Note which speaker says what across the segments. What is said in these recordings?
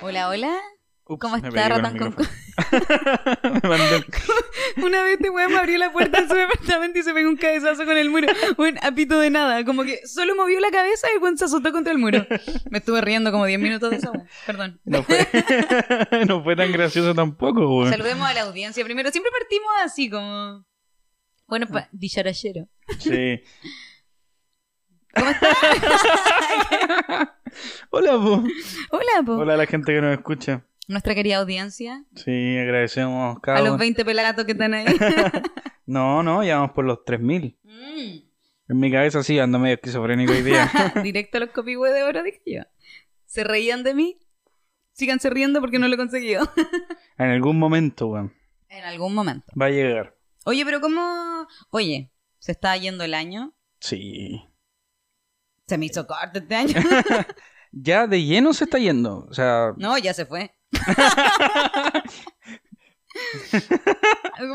Speaker 1: Hola, hola.
Speaker 2: Ups,
Speaker 1: ¿Cómo
Speaker 2: me
Speaker 1: está,
Speaker 2: pegué
Speaker 1: ratón
Speaker 2: el micrófono. me mandé un-
Speaker 1: Una vez este weón me abrió la puerta de su departamento y se pegó un cabezazo con el muro. Un apito de nada. Como que solo movió la cabeza y el weón se azotó contra el muro. Me estuve riendo como 10 minutos de eso. Perdón.
Speaker 2: No fue, no fue tan gracioso tampoco, weón.
Speaker 1: Saludemos a la audiencia primero. Siempre partimos así como. Bueno, pa... dicharachero.
Speaker 2: Sí. Hola, po.
Speaker 1: Hola, po.
Speaker 2: Hola a la gente que nos escucha.
Speaker 1: Nuestra querida audiencia.
Speaker 2: Sí, agradecemos cada
Speaker 1: A los
Speaker 2: uno.
Speaker 1: 20 pelagatos que están ahí.
Speaker 2: No, no, ya vamos por los 3000.
Speaker 1: Mm.
Speaker 2: En mi cabeza sí, ando medio esquizofrénico hoy día.
Speaker 1: Directo a los copihue de oro, dije yo. ¿Se reían de mí? Síganse riendo porque no lo he conseguido.
Speaker 2: En algún momento, weón.
Speaker 1: En algún momento.
Speaker 2: Va a llegar.
Speaker 1: Oye, pero ¿cómo...? Oye, se está yendo el año.
Speaker 2: Sí.
Speaker 1: Se me hizo corto este año.
Speaker 2: Ya de lleno se está yendo. O sea,
Speaker 1: No, ya se fue.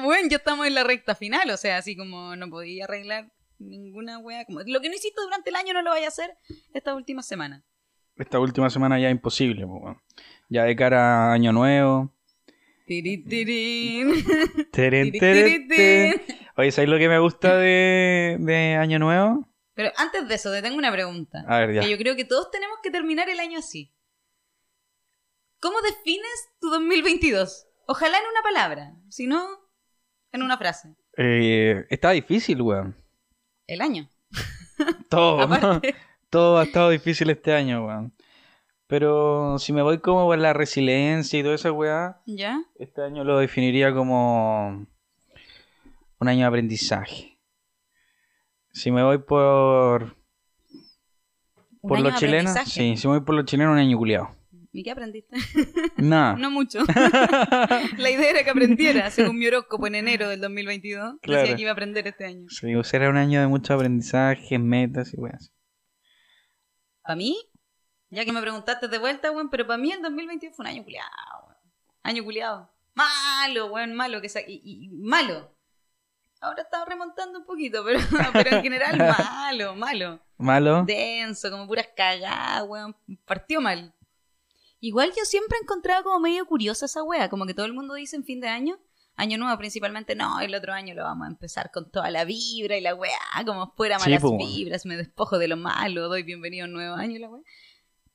Speaker 1: bueno, ya estamos en la recta final, o sea, así como no podía arreglar ninguna wea. Como... Lo que no hiciste durante el año no lo vaya a hacer esta última semana.
Speaker 2: esta última semana ya imposible, po, weón. Ya de cara a Año Nuevo.
Speaker 1: Tiri, tirín.
Speaker 2: Teren,
Speaker 1: Tiri,
Speaker 2: teren,
Speaker 1: tiri,
Speaker 2: teren.
Speaker 1: tirín.
Speaker 2: Oye, ¿sabes lo que me gusta de, de Año Nuevo?
Speaker 1: Pero antes de eso, te tengo una pregunta.
Speaker 2: A ver, ya.
Speaker 1: Que yo creo que todos tenemos que terminar el año así. ¿Cómo defines tu 2022? Ojalá en una palabra, si no, en una frase.
Speaker 2: Eh, está difícil, weón.
Speaker 1: El año.
Speaker 2: Todo,
Speaker 1: Aparte,
Speaker 2: todo ha estado difícil este año, weón. Pero si me voy como por la resiliencia y toda esa weá,
Speaker 1: ¿ya?
Speaker 2: este año lo definiría como un año de aprendizaje. Si me voy por,
Speaker 1: Un
Speaker 2: por
Speaker 1: año
Speaker 2: los
Speaker 1: de
Speaker 2: chilenos,
Speaker 1: aprendizaje.
Speaker 2: sí, si me voy por los chilenos, un año culiado.
Speaker 1: ¿Y qué aprendiste?
Speaker 2: Nada.
Speaker 1: No mucho. La idea era que aprendiera, según mi horóscopo en enero del 2022.
Speaker 2: Claro.
Speaker 1: Decía que iba a aprender este año.
Speaker 2: Sí, o sea, era un año de mucho aprendizaje, metas y weas.
Speaker 1: Para mí, ya que me preguntaste de vuelta, weón, pero para mí el 2022 fue un año culiado, weón. Año culiado. Malo, weón, malo. Que sa- y, y- malo. Ahora estaba remontando un poquito, pero, pero en general malo, malo.
Speaker 2: ¿Malo?
Speaker 1: Denso, como puras cagadas, weón. Partió mal. Igual yo siempre he encontrado como medio curiosa esa wea, como que todo el mundo dice en fin de año, año nuevo principalmente, no, el otro año lo vamos a empezar con toda la vibra y la wea, como fuera
Speaker 2: Sí,
Speaker 1: malas
Speaker 2: po.
Speaker 1: vibras, me despojo de lo malo, doy bienvenido a un nuevo año y la wea.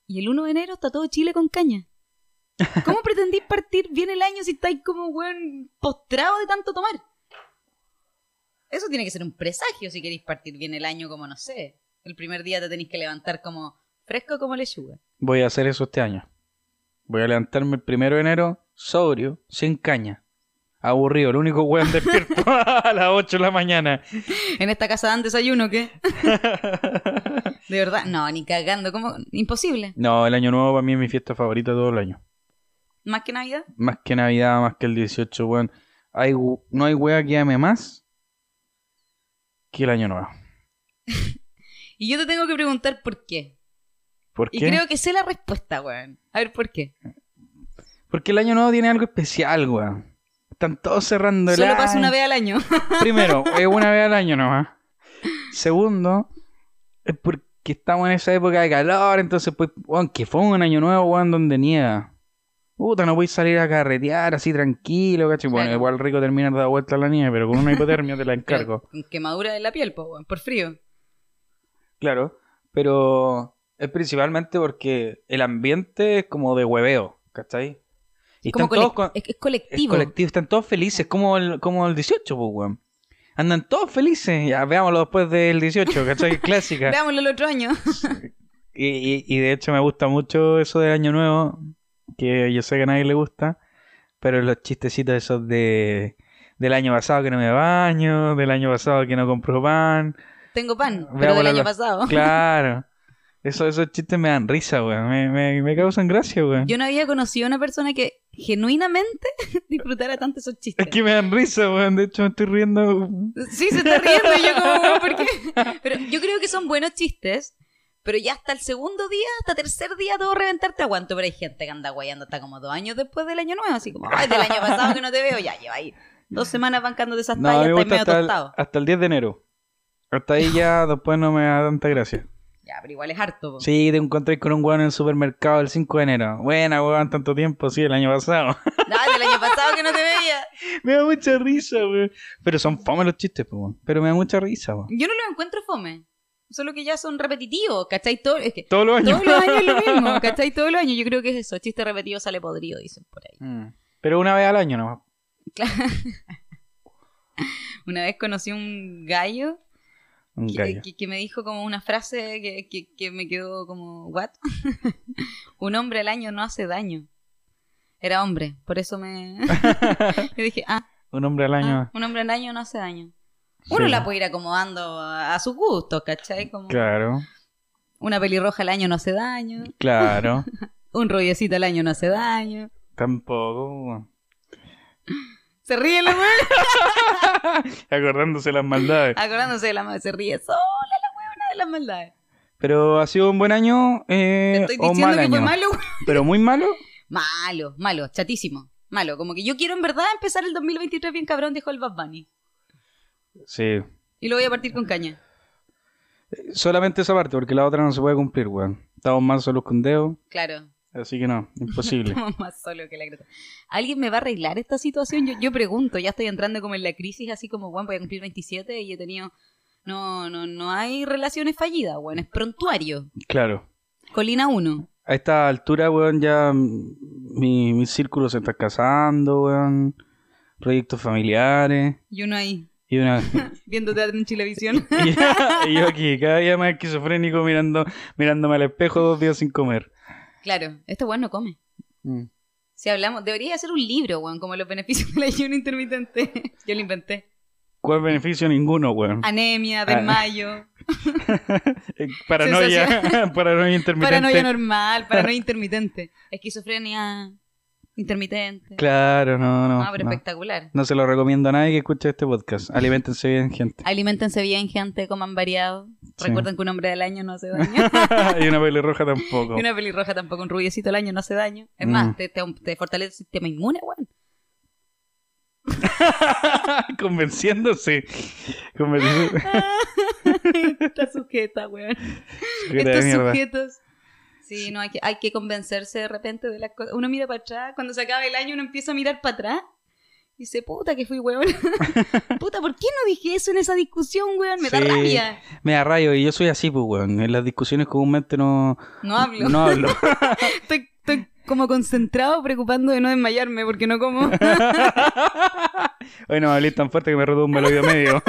Speaker 1: Y el 1 de enero está todo Chile con caña. ¿Cómo pretendís partir bien el año si estáis como weón postrado de tanto tomar? Eso tiene que ser un presagio si queréis partir bien el año como, no sé, el primer día te tenéis que levantar como fresco como lechuga.
Speaker 2: Voy a hacer eso este año. Voy a levantarme el primero de enero, sobrio, sin caña. Aburrido, el único weón despierto a las 8 de la mañana.
Speaker 1: En esta casa dan desayuno, ¿qué? De verdad, no, ni cagando, como imposible.
Speaker 2: No, el año nuevo para mí es mi fiesta favorita de todo el año.
Speaker 1: Más que Navidad,
Speaker 2: Más que Navidad, más que el 18, weón. Hay, gu- no hay wea que ame más que el año nuevo.
Speaker 1: y yo te tengo que preguntar por qué.
Speaker 2: ¿Por
Speaker 1: Y
Speaker 2: qué?
Speaker 1: creo que sé la respuesta, weón. A ver, ¿por qué?
Speaker 2: Porque el año nuevo tiene algo especial, weón. Están todos cerrando el
Speaker 1: Solo pasa
Speaker 2: año.
Speaker 1: una vez al año.
Speaker 2: Primero, es una vez al año nomás. Segundo, es porque estamos en esa época de calor, entonces pues, weón, que fue un año nuevo, weón, donde nieva. Puta, no voy a salir a carretear así tranquilo, cacho. Bueno,
Speaker 1: Claro.
Speaker 2: igual rico terminar de dar vuelta a la nieve, pero con una hipotermia te la encargo.
Speaker 1: Pero Con quemadura de la piel, po, weón, por frío.
Speaker 2: Claro, pero es principalmente porque el ambiente es como de hueveo, ¿cachai? Y
Speaker 1: Como
Speaker 2: están todos
Speaker 1: colec-
Speaker 2: con-
Speaker 1: es, es
Speaker 2: Es
Speaker 1: colectivo.
Speaker 2: colectivo, están todos felices, como el, como el 18, pues, weón. Andan todos felices, ya veámoslo después del 18, ¿cachai? Clásica.
Speaker 1: Veámoslo el otro año.
Speaker 2: Y, y- y de hecho me gusta mucho eso del Año Nuevo, que yo sé que a nadie le gusta, pero los chistecitos esos de del año pasado que no me baño, del año pasado que no compro pan,
Speaker 1: Tengo pan, pero del
Speaker 2: Veámoslo
Speaker 1: año
Speaker 2: lo-
Speaker 1: pasado.
Speaker 2: claro. Eso, esos chistes me dan risa, weón. Me, me, me causan gracia, weón.
Speaker 1: Yo no había conocido a una persona que genuinamente disfrutara tanto esos chistes.
Speaker 2: Es que me dan risa, weón. De hecho me estoy riendo.
Speaker 1: Sí, se está riendo y yo como, "Bueno, ¿por qué? Pero yo creo que son buenos chistes, pero ya hasta el segundo día, hasta tercer día, todo reventarte aguanto, pero hay gente que anda guayando hasta como dos años después del año nuevo, así como, ay, del año pasado que no te veo, ya lleva ahí dos semanas bancando de esas
Speaker 2: No, a mí
Speaker 1: tallas,
Speaker 2: me
Speaker 1: estás
Speaker 2: gusta
Speaker 1: medio
Speaker 2: hasta el,
Speaker 1: tostado.
Speaker 2: hasta el 10 de enero. Hasta ahí ya después no me da tanta gracia.
Speaker 1: Ya, pero igual es harto. po.
Speaker 2: Sí, te encontré con un weón en el supermercado el 5 de enero. Buena, weón, tanto tiempo, sí, el año pasado.
Speaker 1: Dale, el año pasado que no te veía.
Speaker 2: me da mucha risa, weón. Pero son fome los chistes, pues, weón. Pero me da mucha risa, weón.
Speaker 1: Yo no los encuentro fome. Solo que ya son repetitivos, ¿cachai? Todo, es que
Speaker 2: Todos los años.
Speaker 1: todos los años es lo mismo, ¿cachai? Todos los años. Yo creo que es eso. Chiste repetido sale podrido, dicen por ahí.
Speaker 2: Mm. Pero una vez al año nomás.
Speaker 1: Una vez conocí un gallo,
Speaker 2: Un
Speaker 1: que-
Speaker 2: gallo.
Speaker 1: Que, que me dijo como una frase que, que- que me quedó como, ¿what? un hombre al año no hace daño. Era hombre, por eso me. Yo dije, ah,
Speaker 2: Un hombre al
Speaker 1: ah,
Speaker 2: año.
Speaker 1: un hombre al año no hace daño. Uno
Speaker 2: Sí.
Speaker 1: la puede ir acomodando a, a sus gustos, ¿cachai? Como
Speaker 2: Claro,
Speaker 1: una pelirroja al año no hace daño,
Speaker 2: claro.
Speaker 1: un rollecito al año no hace daño.
Speaker 2: Tampoco, weón.
Speaker 1: Se ríe la weá,
Speaker 2: Acordándose las maldades.
Speaker 1: acordándose de la madre, se ríe sola la huevona de las maldades.
Speaker 2: Pero ha sido un buen año eh,
Speaker 1: Te estoy
Speaker 2: o
Speaker 1: diciendo
Speaker 2: mal
Speaker 1: que
Speaker 2: año.
Speaker 1: fue malo, weón.
Speaker 2: Pero muy malo.
Speaker 1: Malo, malo, chatísimo. Malo, como que yo quiero en verdad empezar el 2023 bien cabrón, dijo el Bad Bunny.
Speaker 2: Sí.
Speaker 1: Y lo voy a partir con caña.
Speaker 2: Solamente esa parte, porque la otra no se puede cumplir, weón. Estamos más solos con dedo,
Speaker 1: Claro,
Speaker 2: así que no, imposible.
Speaker 1: estamos más solo que la greta. ¿Alguien me va a arreglar esta situación? Yo, yo pregunto, ya estoy entrando como en la crisis, así como, bueno, voy a cumplir 27 y he tenido... No, no, no hay relaciones fallidas, bueno, es prontuario.
Speaker 2: claro.
Speaker 1: Colina 1.
Speaker 2: A esta altura, weón, ya mm, mi, mi círculo se está casando, weón. Proyectos familiares.
Speaker 1: Y uno ahí,
Speaker 2: Y una.
Speaker 1: viendo teatro en Chilevisión.
Speaker 2: y, yo aquí, cada día más esquizofrénico mirando, mirándome al espejo dos días sin comer.
Speaker 1: claro, este weón no come.
Speaker 2: Mm.
Speaker 1: Si hablamos, debería hacer un libro, weón, como los beneficios del ayuno intermitente. Yo lo inventé.
Speaker 2: ¿Cuál beneficio? Ninguno, weón.
Speaker 1: Anemia,
Speaker 2: Ah.
Speaker 1: desmayo,
Speaker 2: Eh, Paranoia, paranoia intermitente.
Speaker 1: paranoia normal, paranoia intermitente, esquizofrenia intermitente.
Speaker 2: Claro, no, no.
Speaker 1: ah, pero
Speaker 2: no.
Speaker 1: espectacular.
Speaker 2: No se lo recomiendo a nadie que escuche este podcast. Aliméntense bien, gente.
Speaker 1: Aliméntense bien, gente, coman variado.
Speaker 2: Sí.
Speaker 1: Recuerden que un hombre del año no hace daño.
Speaker 2: y una pelirroja
Speaker 1: y
Speaker 2: tampoco.
Speaker 1: una pelirroja tampoco, un rubiecito al año no hace daño. Es
Speaker 2: Mm.
Speaker 1: más, te, te, te fortalece el sistema inmune, weón.
Speaker 2: Convenciéndose. Convenciéndose.
Speaker 1: Está sujeta, weón.
Speaker 2: Cara de
Speaker 1: Estos
Speaker 2: mierda.
Speaker 1: sujetos. Sí, no, hay que, hay que convencerse de repente de las cosas. Uno mira para atrás, cuando se acaba el año uno empieza a mirar para atrás y dice, puta que fui weón. puta, ¿por qué no dije eso en esa discusión, weón? Me da
Speaker 2: Sí.
Speaker 1: rabia.
Speaker 2: Me da rayo y yo soy así, pues, weón. En las discusiones comúnmente no,
Speaker 1: No hablo.
Speaker 2: no hablo.
Speaker 1: Estoy, estoy como concentrado, preocupando de no desmayarme porque no como.
Speaker 2: Hoy no me hablé tan fuerte que me retumba el oído medio.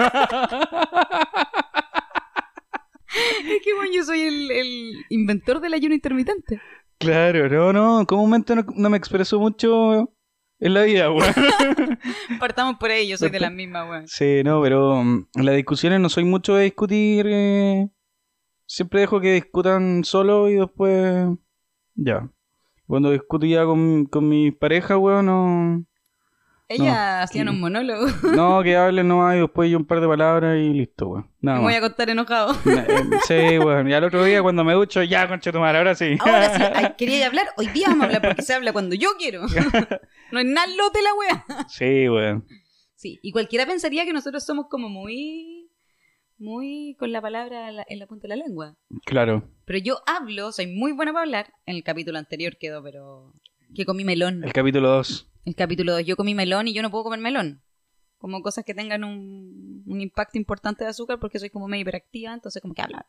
Speaker 1: es que, weón, yo soy el, el inventor del ayuno intermitente.
Speaker 2: claro, no, no. Comúnmente no, no me expreso mucho en la vida, weón.
Speaker 1: Partamos por ahí, yo soy de las mismas, weón.
Speaker 2: Sí, no, pero mm, en las discusiones no soy mucho de discutir. eh, Siempre dejo que discutan solo y después. Ya. Cuando discuto ya con, con mi pareja, weón, no.
Speaker 1: Ella hacía
Speaker 2: sí.
Speaker 1: un monólogo.
Speaker 2: No, que hablen nomás y después yo un par de palabras y listo, weón. Nada
Speaker 1: Me voy
Speaker 2: más.
Speaker 1: a acostar enojado.
Speaker 2: Na- eh, Sí, weón. Y al otro día cuando me ducho, ya, concha tu madre, ahora sí.
Speaker 1: Ahora sí, ay, quería hablar, hoy día vamos a hablar porque se habla cuando yo quiero. No es nada lote la wea.
Speaker 2: Sí, weón.
Speaker 1: Sí, y cualquiera pensaría que nosotros somos como muy, muy con la palabra a la- en la punta de la lengua.
Speaker 2: Claro.
Speaker 1: Pero yo hablo, soy muy buena para hablar. En el capítulo anterior quedó, pero que comí melón.
Speaker 2: El capítulo 2.
Speaker 1: El capítulo 2, yo comí melón y yo no puedo comer melón. Como cosas que tengan un, un impacto importante de azúcar porque soy como medio hiperactiva, entonces como que habla.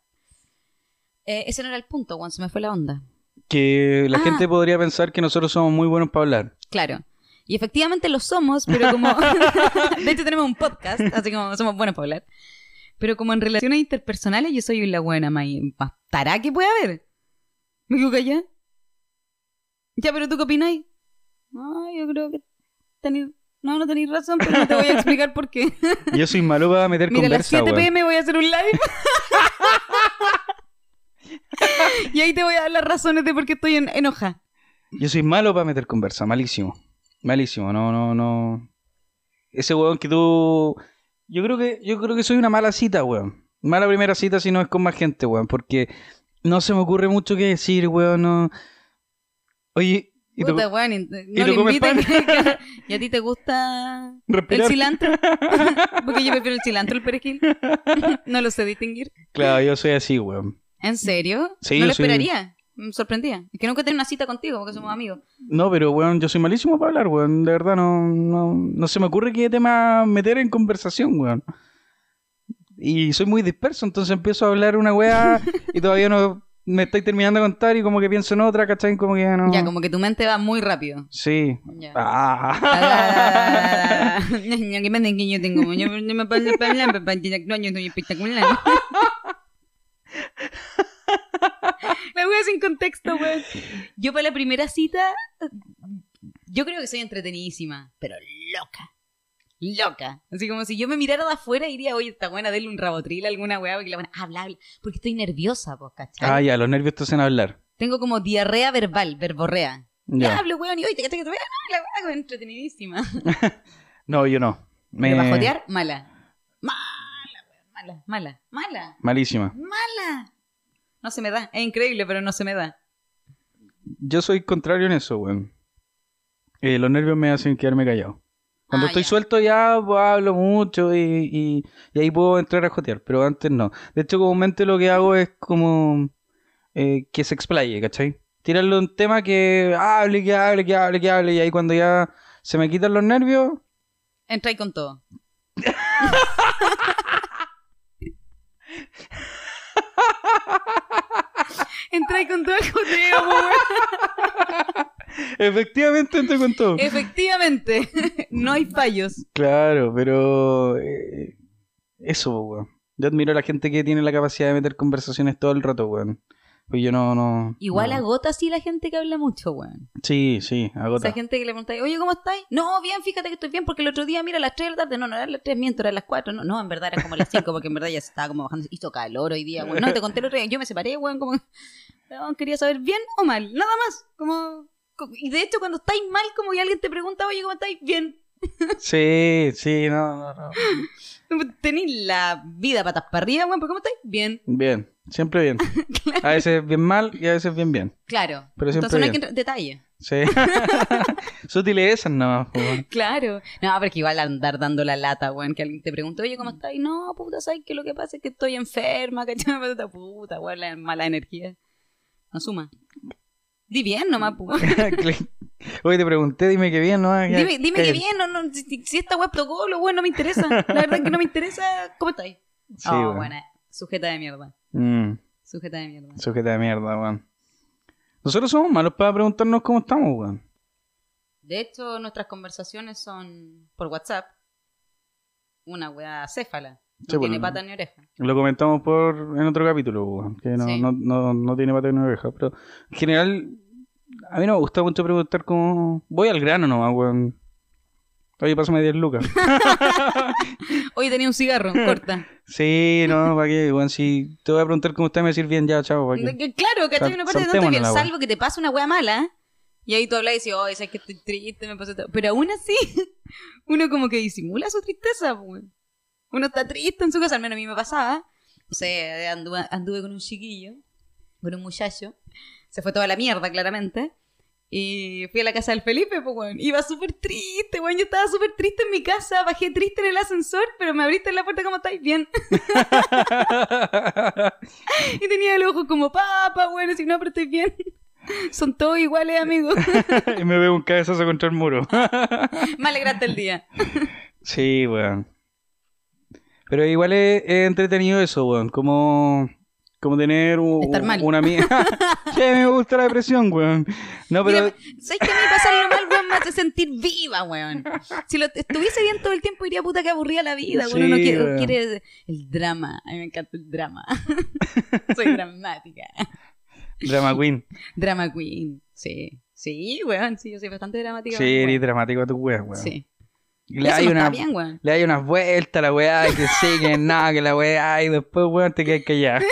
Speaker 1: Eh, ese no era el punto, Juan, se me fue la onda.
Speaker 2: Que la
Speaker 1: Ah.
Speaker 2: gente podría pensar que nosotros somos muy buenos para hablar.
Speaker 1: Claro. Y efectivamente lo somos, pero como... de hecho tenemos un podcast, así como somos buenos para hablar. Pero como en relaciones interpersonales yo soy la buena más más tará que puede haber. Me quedo callada. Ya, pero ¿tú qué opináis? No, yo creo que tenéis... No, no tenéis razón, pero no te voy a explicar por qué.
Speaker 2: Yo soy malo para meter
Speaker 1: Mira, a las 7
Speaker 2: conversa, weón.
Speaker 1: pm voy a hacer un live. y ahí te voy a dar las razones de por qué estoy en enoja.
Speaker 2: Yo soy malo para meter conversa, malísimo. Malísimo, no, no, no. Ese weón que tú. Yo creo que, yo creo que soy una mala cita, weón. Mala primera cita si no es con más gente, weón. Porque no se me ocurre mucho que decir, weón. No... Oye, ¿y te-
Speaker 1: Puta, weón, int- no
Speaker 2: te
Speaker 1: le
Speaker 2: comes
Speaker 1: inviten
Speaker 2: pan?
Speaker 1: que- que- ¿Y a ti te gusta el
Speaker 2: respirar?
Speaker 1: cilantro? Porque yo prefiero el cilantro al perejil. No lo sé distinguir.
Speaker 2: Claro, yo soy así, weón.
Speaker 1: ¿En serio?
Speaker 2: Sí,
Speaker 1: no lo
Speaker 2: sí.
Speaker 1: esperaría. Me sorprendía. Es que nunca he tenido una cita contigo porque somos amigos.
Speaker 2: No, pero weón, yo soy malísimo para hablar, weón. De verdad, no, no, no se me ocurre qué tema meter en conversación, weón. Y soy muy disperso, entonces empiezo a hablar una weá y todavía no me estoy terminando de contar y como que pienso en otra, ¿cachai? Como que ya no.
Speaker 1: Ya, como que tu mente va muy rápido.
Speaker 2: Sí.
Speaker 1: Ya.
Speaker 2: Ah.
Speaker 1: ¿Qué me que yo tengo? Yo no me puedo hablar, papá, tiene años, soy espectacular. La wea sin contexto, weón. Yo para la primera cita, yo creo que soy entretenidísima, pero loca. Loca. Así como si yo me mirara de afuera, diría, oye, está buena, denle un rabotril a alguna weá, porque la buena habla, habla. Porque estoy nerviosa, pues, ¿cachai?
Speaker 2: Ah, ya, los nervios te hacen hablar.
Speaker 1: Tengo como diarrea verbal, verborrea.
Speaker 2: Ya.
Speaker 1: Hablo, weón, y hoy te cachai que te voy a la weá, weón, entretenidísima.
Speaker 2: No, yo no. Me...
Speaker 1: Pero bajotear, mala. Mala, weón, mala, mala, mala,
Speaker 2: Malísima.
Speaker 1: mala. No se me da. Es increíble, pero no se me da.
Speaker 2: Yo soy contrario en eso, weón. Eh, los nervios me hacen quedarme callado. Cuando
Speaker 1: Ah,
Speaker 2: estoy
Speaker 1: ya.
Speaker 2: suelto ya pues, hablo mucho y, y- y ahí puedo entrar a jotear, pero antes no. De hecho, comúnmente lo que hago es como eh, que se explaye, ¿cachai? Tirarle un tema que hable, que hable, que hable, que hable, y ahí cuando ya se me quitan los nervios,
Speaker 1: Entra ahí con todo. Entra ahí con todo el joteo, po, weón.
Speaker 2: efectivamente entro con todo.
Speaker 1: Efectivamente, no hay fallos.
Speaker 2: Claro, pero eh, eso, po, weón. Yo admiro a la gente que tiene la capacidad de meter conversaciones todo el rato, weón. Pues yo no, no.
Speaker 1: Igual
Speaker 2: no.
Speaker 1: agota así la gente que habla mucho, weón.
Speaker 2: Sí, sí,
Speaker 1: Esa
Speaker 2: agota.
Speaker 1: gente que le preguntáis, oye, ¿cómo estáis? No, bien, fíjate que estoy bien, porque el otro día, mira, a las 3 de la tarde, no, no eran las 3, miento, eran las 4, no, no, en verdad eran como las 5, porque en verdad ya se estaba como bajando, hizo calor hoy día, weón. No, te conté el otro día, yo me separé, weón, como, weón, quería saber bien o mal, nada más, como, co- y de hecho cuando estáis mal, como que alguien te pregunta, oye, ¿cómo estáis? Bien,
Speaker 2: Sí, sí, no, no, no.
Speaker 1: tenéis la vida patas para arriba, weón, pero ¿cómo estáis? Bien,
Speaker 2: Bien, siempre bien. A veces bien mal y a veces bien bien.
Speaker 1: claro,
Speaker 2: Pero
Speaker 1: entonces
Speaker 2: siempre
Speaker 1: no hay que
Speaker 2: bien.
Speaker 1: entrar en detalle.
Speaker 2: Sí. Sutilezas nomás, po, weón.
Speaker 1: Claro. No, pero que igual andar dando la lata, weón, que alguien te pregunte, oye, ¿cómo estás? Y no, puta, ¿sabes qué? Lo que pasa es que estoy enferma, ¿cachai? Me puta, puta, weón, la mala energía. No suma. Di bien nomás, po.
Speaker 2: Cli- Oye, te pregunté, dime que bien, ¿no? Ya,
Speaker 1: Dime, dime que
Speaker 2: cállate.
Speaker 1: bien, no, no, si, si esta weón tocó, lo weón no me interesa. La verdad es que no me interesa. ¿Cómo estáis?
Speaker 2: Sí,
Speaker 1: oh,
Speaker 2: weón.
Speaker 1: buena. Sujeta de mierda.
Speaker 2: Mm,
Speaker 1: Sujeta de mierda.
Speaker 2: sujeta de mierda, weón. Nosotros somos malos para preguntarnos cómo estamos, weón.
Speaker 1: De hecho, nuestras conversaciones son por WhatsApp. Una weá céfala. No
Speaker 2: Sí,
Speaker 1: tiene
Speaker 2: bueno.
Speaker 1: pata ni oreja.
Speaker 2: Lo comentamos por en otro capítulo, weón, que no,
Speaker 1: Sí.
Speaker 2: no, no, no tiene pata ni oreja, pero en general a mí no me gusta mucho preguntar cómo... Voy al grano nomás, weón. Oye, pásame 10 lucas.
Speaker 1: Oye, tenía un cigarro, corta.
Speaker 2: sí, no, ¿para qué? Weón, si te voy a preguntar cómo estás, me decir bien ya, chao, ¿para
Speaker 1: De que-
Speaker 2: qué?
Speaker 1: Claro, ¿cachai?
Speaker 2: Sal-
Speaker 1: Una parte de no estoy bien,
Speaker 2: saltémonos la wea.
Speaker 1: salvo que te pasa una wea mala. Y ahí tú hablas y dices, oh, sabes que estoy triste, me pasó todo. Pero aún así, uno como que disimula su tristeza, pues. Uno está triste en su casa, al menos a mí me pasaba. No sé, anduve, anduve con un chiquillo, con un muchacho. Se fue toda la mierda, claramente. Y fui a la casa del Felipe, pues, weón. Iba súper triste, weón. Yo estaba súper triste en mi casa. Bajé triste en el ascensor, pero me abriste la puerta como estáis bien. Y tenía el ojo como papa, bueno, si no, pero estoy bien. Son todos iguales, amigos.
Speaker 2: y me veo un cabezazo contra el muro.
Speaker 1: Me alegraste el día.
Speaker 2: sí, weón. Pero igual es, es entretenido eso, weón. Como, como tener un-
Speaker 1: Estar mal.
Speaker 2: una amiga. que me gusta la depresión, weón. No, pero...
Speaker 1: Mira, ¿sabes qué? A mí pasarlo mal, weón, me hace sentir viva, weón. Si lo estuviese bien todo el tiempo, diría puta que aburría la vida, weón. Uno
Speaker 2: Sí,
Speaker 1: quiere,
Speaker 2: weón.
Speaker 1: quiere el drama. A mí me encanta el drama. Soy dramática.
Speaker 2: Drama Queen.
Speaker 1: Drama queen, sí. Sí, weón, sí, yo soy bastante dramática.
Speaker 2: Sí,
Speaker 1: weón.
Speaker 2: eres dramático a tu weas, weón.
Speaker 1: Sí.
Speaker 2: Le
Speaker 1: Eso
Speaker 2: hay
Speaker 1: no
Speaker 2: una,
Speaker 1: está bien, weón.
Speaker 2: le hay unas vueltas a la weá, que sí, que nada, que la weá, y después, weón, te quedas callado.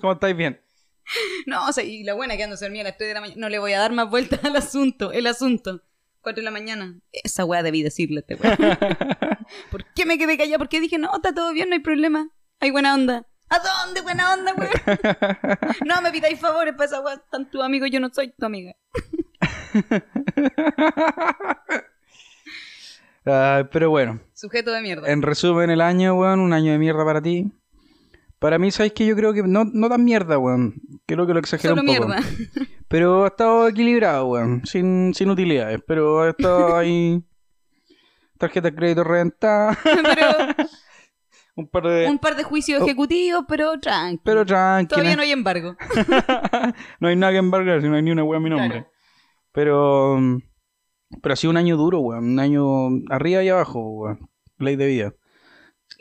Speaker 2: ¿Cómo estáis bien?
Speaker 1: No, o sea, y la buena quedándose dormida a las 3 de la mañana. No le voy a dar más vueltas al asunto, el asunto. 4 de la mañana. Esa weá debí decirle a este weón. ¿Por qué me quedé callada? Porque dije, no, está todo bien, no hay problema. Hay buena onda. ¿A dónde buena onda, weón? No me pidáis favores para esa weá. Están tus amigos, yo no soy tu amiga.
Speaker 2: Ah, pero bueno,
Speaker 1: Sujeto de mierda.
Speaker 2: Eh, en resumen, el año, weón, un año de mierda para ti. Para mí, ¿sabes que Yo creo que no, no tan mierda, weón. Creo que lo exageré
Speaker 1: Solo
Speaker 2: un poco.
Speaker 1: mierda.
Speaker 2: Pero ha estado equilibrado,
Speaker 1: Mm.
Speaker 2: weón. Sin, sin utilidades. Pero ha estado ahí. Tarjeta de crédito reventada.
Speaker 1: pero
Speaker 2: Un par de.
Speaker 1: un par de juicios
Speaker 2: Oh.
Speaker 1: ejecutivos, pero tranqui.
Speaker 2: Pero tranquilo.
Speaker 1: Todavía no hay embargo.
Speaker 2: no hay nada que embargar, si no hay ni una weá a mi nombre.
Speaker 1: Claro.
Speaker 2: Pero. mm, Pero ha sido un año duro, weón. Un año arriba y abajo, weón. Ley de vida.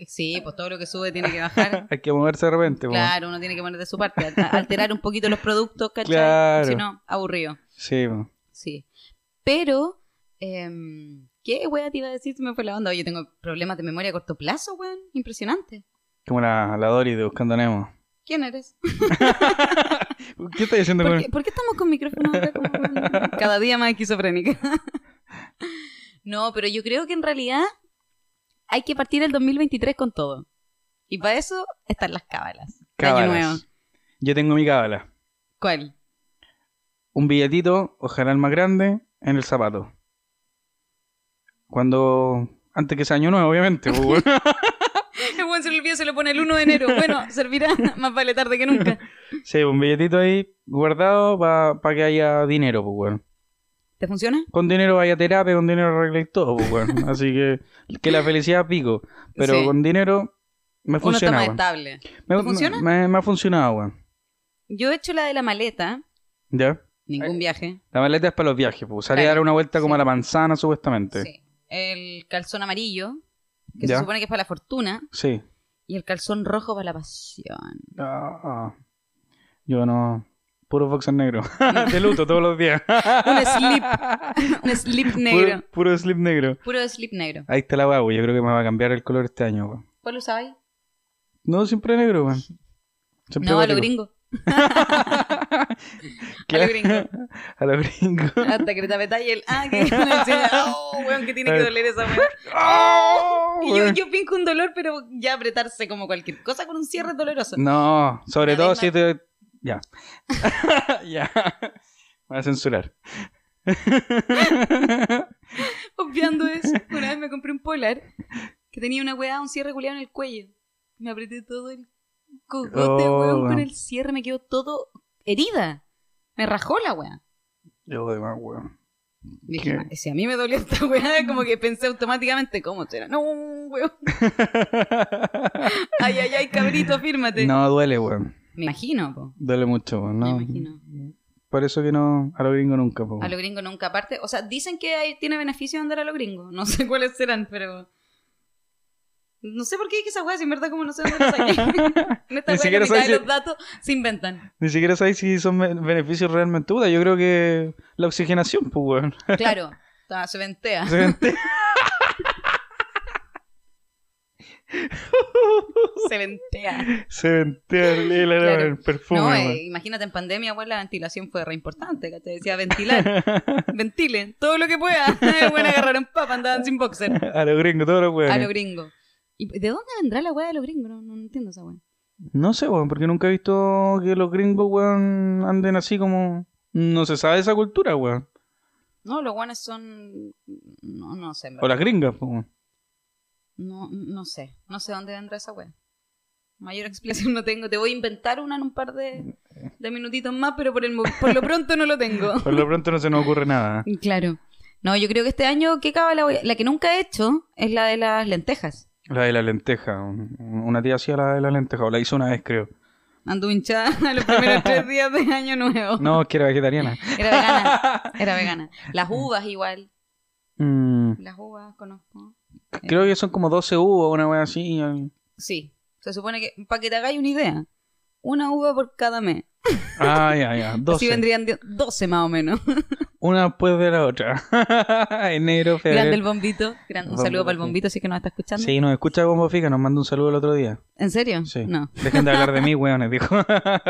Speaker 1: Sí, pues todo lo que sube tiene que bajar.
Speaker 2: Hay que moverse de repente, weón.
Speaker 1: Claro, uno tiene que poner de su parte, a- a- alterar un poquito los productos, ¿cachai?
Speaker 2: Claro.
Speaker 1: Si no, aburrido.
Speaker 2: Sí, weón.
Speaker 1: Sí. Pero, em, ¿qué wea te iba a decir? Se me fue la onda. Oye, tengo problemas de memoria a corto plazo, weón. Impresionante.
Speaker 2: Como la, la Dory de Buscando a Nemo.
Speaker 1: ¿Quién eres?
Speaker 2: ¿Qué estás diciendo
Speaker 1: ¿Por
Speaker 2: con
Speaker 1: qué, por qué estamos con micrófono acá como con- cada día más esquizofrénica? no, pero yo creo que en realidad hay que partir el 2023 con todo. Y para eso están las cábalas. de Año nuevo.
Speaker 2: cábalas? Yo tengo mi cábala.
Speaker 1: ¿Cuál?
Speaker 2: Un billetito, ojalá el más grande, en el zapato. Cuando. Antes que sea año nuevo, obviamente. pues, weón.
Speaker 1: El buen se lo olvida, se lo pone el 1 de enero. Bueno, servirá más vale tarde que nunca.
Speaker 2: sí, un billetito ahí guardado para que haya dinero, pues, weón.
Speaker 1: ¿Te funciona?
Speaker 2: Con dinero vaya a terapia, con dinero arregléis todo, pues, weón. Así que, que la felicidad pico. Pero
Speaker 1: Sí.
Speaker 2: con dinero
Speaker 1: Uno
Speaker 2: me
Speaker 1: está
Speaker 2: funciona,
Speaker 1: más
Speaker 2: weón.
Speaker 1: estable.
Speaker 2: Me,
Speaker 1: ¿Te funciona?
Speaker 2: Me, me ha funcionado, weón.
Speaker 1: Yo he hecho la de la maleta.
Speaker 2: ¿Ya?
Speaker 1: Ningún viaje.
Speaker 2: La maleta es para los viajes, pues. Salir a
Speaker 1: Claro,
Speaker 2: dar una vuelta como
Speaker 1: sí.
Speaker 2: a la manzana, supuestamente.
Speaker 1: Sí. El calzón amarillo, que
Speaker 2: Ya.
Speaker 1: se supone que es para la fortuna.
Speaker 2: Sí.
Speaker 1: Y el calzón rojo para la pasión.
Speaker 2: Ah, ah. Yo no. Puro boxer negro. De luto todos los días.
Speaker 1: Un slip. Un slip negro.
Speaker 2: Puro, puro slip negro.
Speaker 1: Puro slip negro.
Speaker 2: Ahí está la guagua. Yo creo que me va a cambiar el color este año, weón.
Speaker 1: ¿Cuál usabais?
Speaker 2: No, siempre negro, weón. Siempre
Speaker 1: No, a lo
Speaker 2: gótico.
Speaker 1: gringo. A
Speaker 2: Claro.
Speaker 1: lo gringo.
Speaker 2: A lo gringo.
Speaker 1: Hasta que te apretáis el. Ah, que. Oh, weón, que tiene que doler esa weón.
Speaker 2: ¡Oh,
Speaker 1: Y yo,
Speaker 2: weón!
Speaker 1: yo finco un dolor, pero ya apretarse como cualquier cosa con un cierre es doloroso.
Speaker 2: No, sobre
Speaker 1: La
Speaker 2: todo
Speaker 1: misma-
Speaker 2: si te... Ya. ya. Me voy a censurar.
Speaker 1: Obviando eso, una vez me compré un polar que tenía una weá, un cierre culiado en el cuello. Me apreté todo el cogote,
Speaker 2: Oh,
Speaker 1: weón, con
Speaker 2: weón.
Speaker 1: el cierre, me quedó todo herida. Me rajó la weá.
Speaker 2: Yo de más, weón.
Speaker 1: Dije,
Speaker 2: ¿Qué?
Speaker 1: "Ma, si a mí me dolió esta weá, como que pensé automáticamente, ¿cómo será? No, weón. Ay, ay, ay, cabrito, afírmate.
Speaker 2: No, duele, weón.
Speaker 1: Me imagino, po.
Speaker 2: Duele mucho, weón. No.
Speaker 1: Me imagino.
Speaker 2: Por eso que no... A lo gringo nunca, po.
Speaker 1: A lo gringo nunca aparte. O sea, dicen que hay- tiene beneficio andar a lo gringo. No sé cuáles serán, pero. No sé por qué dije esa weá, si en verdad como no sé dónde la saqué. en esta weá la
Speaker 2: Ni
Speaker 1: mitad
Speaker 2: siquiera sabes
Speaker 1: de
Speaker 2: si-
Speaker 1: los datos se inventan.
Speaker 2: Ni siquiera sabes si son be- beneficios realmente. Puta, yo creo que la oxigenación, pues, weón.
Speaker 1: Claro, ta, se ventea.
Speaker 2: Se vente-
Speaker 1: Se ventea.
Speaker 2: Se ventea el, el- el
Speaker 1: Claro.
Speaker 2: perfume,
Speaker 1: No, eh,
Speaker 2: weón.
Speaker 1: imagínate en pandemia, weón, la ventilación fue re importante. Que te decía ventilar, ventilen, todo lo que pueda. Bueno, agarraron papa, andaban sin boxer.
Speaker 2: A lo gringo, todos los
Speaker 1: A
Speaker 2: weones.
Speaker 1: lo gringo. ¿Y de dónde vendrá la weá de lo gringo? No, no entiendo esa weá.
Speaker 2: No sé, weón, porque nunca he visto que los gringos, weón, anden así como... No se sabe esa cultura, weón.
Speaker 1: No, los guanes son. No, no sé. en
Speaker 2: O las gringas, po, weón.
Speaker 1: No, no sé. No sé dónde vendrá esa wea. Mayor explicación no tengo. Te voy a inventar una en un par de, de minutitos más, pero por, el, mo- por lo pronto no lo tengo.
Speaker 2: Por lo pronto no se nos ocurre nada. ¿eh?
Speaker 1: Claro. No, yo creo que este año, ¿qué cábala voy a- La que nunca he hecho es la de las lentejas.
Speaker 2: La de la lenteja. un- Una tía hacía la de la lenteja, o la hizo una vez, creo.
Speaker 1: Ando hinchada los primeros tres días de año nuevo.
Speaker 2: No, es que era vegetariana.
Speaker 1: Era vegana. Era vegana. Las uvas igual.
Speaker 2: Mm,
Speaker 1: Las uvas conozco.
Speaker 2: creo que son como 12 uvas, una wea así. y-
Speaker 1: Sí. Se supone que, para que te hagáis una idea, una uva por cada mes.
Speaker 2: Ah, ya, ya.
Speaker 1: Así
Speaker 2: 12.
Speaker 1: vendrían de- 12 más o menos.
Speaker 2: Una después de la otra. Enero,
Speaker 1: Grande el
Speaker 2: febrero.
Speaker 1: bombito. Gran- un
Speaker 2: Bombo,
Speaker 1: saludo para el
Speaker 2: sí.
Speaker 1: bombito, si es que nos está escuchando.
Speaker 2: Sí, nos escucha Bombo Fica, nos manda un saludo el otro día.
Speaker 1: ¿En serio?
Speaker 2: Sí.
Speaker 1: No.
Speaker 2: Dejen de hablar de mí, weones, dijo.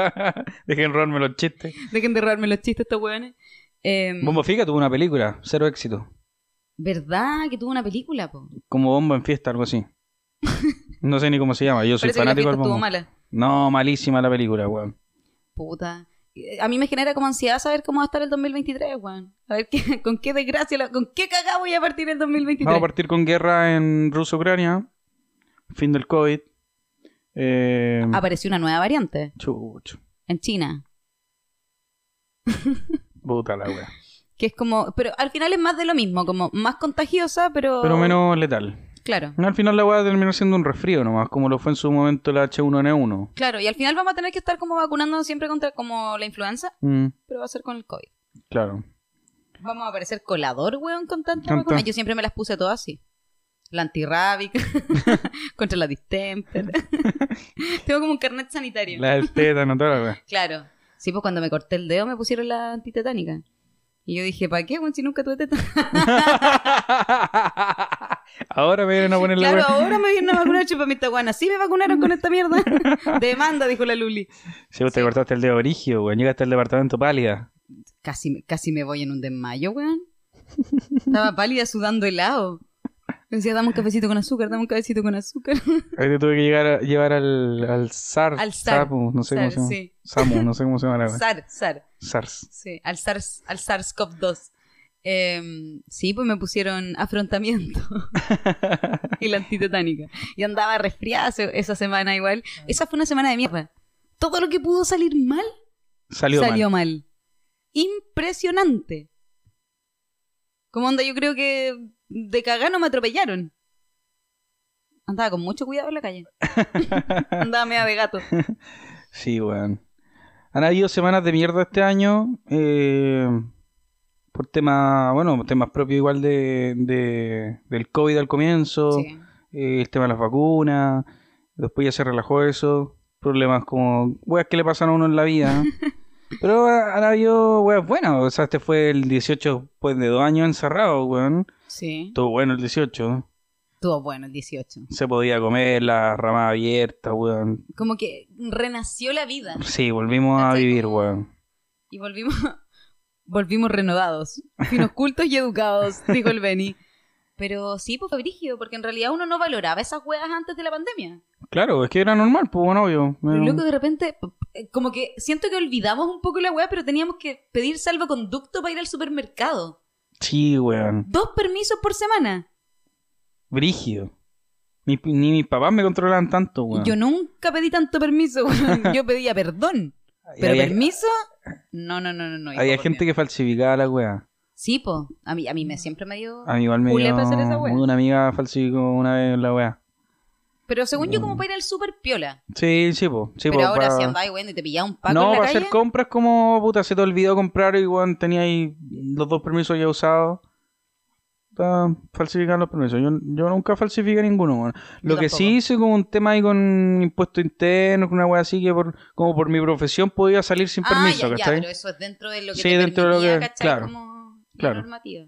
Speaker 2: Dejen robarme los chistes.
Speaker 1: Dejen de robarme los chistes estos hueones. Em,
Speaker 2: Bombo Fica tuvo una película, cero éxito.
Speaker 1: ¿Verdad que tuvo una película, po?
Speaker 2: Como Bombo en Fiesta, algo así. No sé ni cómo se llama, yo soy
Speaker 1: Parece que la
Speaker 2: fanático
Speaker 1: fiesta
Speaker 2: del
Speaker 1: estuvo
Speaker 2: Bombo.
Speaker 1: mala.
Speaker 2: No, malísima la película, weón.
Speaker 1: Puta. Eh, A mí me genera como ansiedad saber cómo va a estar el 2023, weón. A ver qué, con qué desgracia, la- con qué cagada voy a partir el 2023.
Speaker 2: Vamos a partir con guerra en Rusia-Ucrania, fin del COVID, Eh,
Speaker 1: Apareció una nueva variante
Speaker 2: chucho.
Speaker 1: en China.
Speaker 2: Puta la wea.
Speaker 1: Que es como. Pero al final es más de lo mismo, como más contagiosa, pero.
Speaker 2: Pero menos letal.
Speaker 1: Claro.
Speaker 2: Al final la wea terminó siendo un resfrío nomás, como lo fue en su momento la H1N1.
Speaker 1: Claro, y al final vamos a tener que estar como vacunándonos siempre contra como la influenza,
Speaker 2: Mm,
Speaker 1: pero va a ser con el COVID.
Speaker 2: claro.
Speaker 1: Vamos a aparecer colador, weón, con tanta
Speaker 2: Tanta.
Speaker 1: vacuna. Yo siempre me las puse todas así. La antirrábica, contra la distemper. Tengo como un carnet sanitario.
Speaker 2: La del tétano, toda la wea.
Speaker 1: Claro. Sí, pues cuando me corté el dedo me pusieron la antitetánica. Y yo dije, ¿para qué, weón, si nunca tuve tétano?
Speaker 2: Ahora me vienen a poner la
Speaker 1: Claro,
Speaker 2: wea.
Speaker 1: ahora me vienen a vacunar chupamita guana. Sí me vacunaron con esta mierda. Demanda, dijo la Luli.
Speaker 2: Si vos te cortaste el dedo brígido, weón, llegaste al departamento pálida.
Speaker 1: Casi, me- casi me voy en un desmayo, weón. Estaba pálida sudando helado. Me decía, dame un cafecito con azúcar, dame un cafecito con azúcar.
Speaker 2: Ahí te tuve que llegar a- llevar al, al SAR.
Speaker 1: Al SAR.
Speaker 2: Samu, no sé
Speaker 1: Sar,
Speaker 2: cómo se llama.
Speaker 1: sí.
Speaker 2: Samu, no sé cómo se llama la wea.
Speaker 1: SAR, SAR.
Speaker 2: SARS.
Speaker 1: Sí, al SARS, al SARS-CoV-2. Em, sí, pues me pusieron afrontamiento y la antitetánica. Y andaba resfriada se- esa semana igual. Esa fue una semana de mierda. Todo lo que pudo salir mal
Speaker 2: Salió, mal.
Speaker 1: mal. Impresionante. Como onda, yo creo que de cagano me atropellaron. Andaba con mucho cuidado en la calle. Andaba media de gato.
Speaker 2: Sí, weón. Han habido semanas de mierda este año. eh, por temas, bueno, temas propios igual de, de- del COVID al comienzo.
Speaker 1: Sí.
Speaker 2: eh, el tema de las vacunas. Después ya se relajó eso. Problemas como, weas que le pasan a uno en la vida. Pero ha- han habido weas buenas. O sea, este fue el 18 después de dos años encerrado, weón.
Speaker 1: Sí.
Speaker 2: Todo bueno el 18.
Speaker 1: Estuvo bueno el 18.
Speaker 2: Se podía comer, la rama abierta, weón.
Speaker 1: Como que renació la vida
Speaker 2: Sí, volvimos a
Speaker 1: ¿Cachai?
Speaker 2: vivir,
Speaker 1: Como-
Speaker 2: weón.
Speaker 1: y volvimos, volvimos renovados, finos cultos y educados, dijo el Benny. Pero sí, pues fue brígido, porque en realidad uno no valoraba esas huevas antes de la pandemia.
Speaker 2: Claro, es que era normal, pues bueno, obvio.
Speaker 1: Pero
Speaker 2: Era-
Speaker 1: loco, de repente, p- p- como que siento que olvidamos un poco la weá, pero teníamos que pedir salvoconducto para ir al supermercado.
Speaker 2: Sí, weón.
Speaker 1: Dos permisos por semana.
Speaker 2: Brígido. Ni, ni mis papás me controlaban tanto, weón.
Speaker 1: Yo nunca pedí tanto permiso, weón. Yo pedía perdón.
Speaker 2: Y
Speaker 1: Pero
Speaker 2: había
Speaker 1: permiso. No, no, no, no. no hijo,
Speaker 2: había
Speaker 1: por
Speaker 2: gente
Speaker 1: Dios.
Speaker 2: que falsificaba la weá.
Speaker 1: Sí, po. A mí, a mí me siempre me dio.
Speaker 2: A mí igual me
Speaker 1: Culé
Speaker 2: dio...
Speaker 1: para hacer esa weá.
Speaker 2: Una amiga falsificó una vez la weá.
Speaker 1: Pero según
Speaker 2: Mm.
Speaker 1: yo, como para ir al super piola.
Speaker 2: Sí, sí, po. Sí, po,
Speaker 1: pero ahora
Speaker 2: pa-
Speaker 1: si andabas, weón, y te pillaba un paco
Speaker 2: No,
Speaker 1: en la
Speaker 2: para
Speaker 1: calle.
Speaker 2: hacer compras como, puta, se te olvidó comprar y, weón, tenía ahí los dos permisos ya usados. Pa- Falsificar los permisos. Yo, yo nunca falsifiqué ninguno, weón. Lo
Speaker 1: Yo
Speaker 2: que sí
Speaker 1: tampoco.
Speaker 2: hice como un tema ahí con impuesto interno, con una weá así que por, como por mi profesión podía salir sin
Speaker 1: ah,
Speaker 2: permiso,
Speaker 1: ya, ya,
Speaker 2: ¿cachai?
Speaker 1: pero eso es dentro de lo que
Speaker 2: Sí,
Speaker 1: te
Speaker 2: dentro de lo
Speaker 1: permitía,
Speaker 2: que-
Speaker 1: ¿cachai?
Speaker 2: claro,
Speaker 1: Como la
Speaker 2: claro.
Speaker 1: normativa.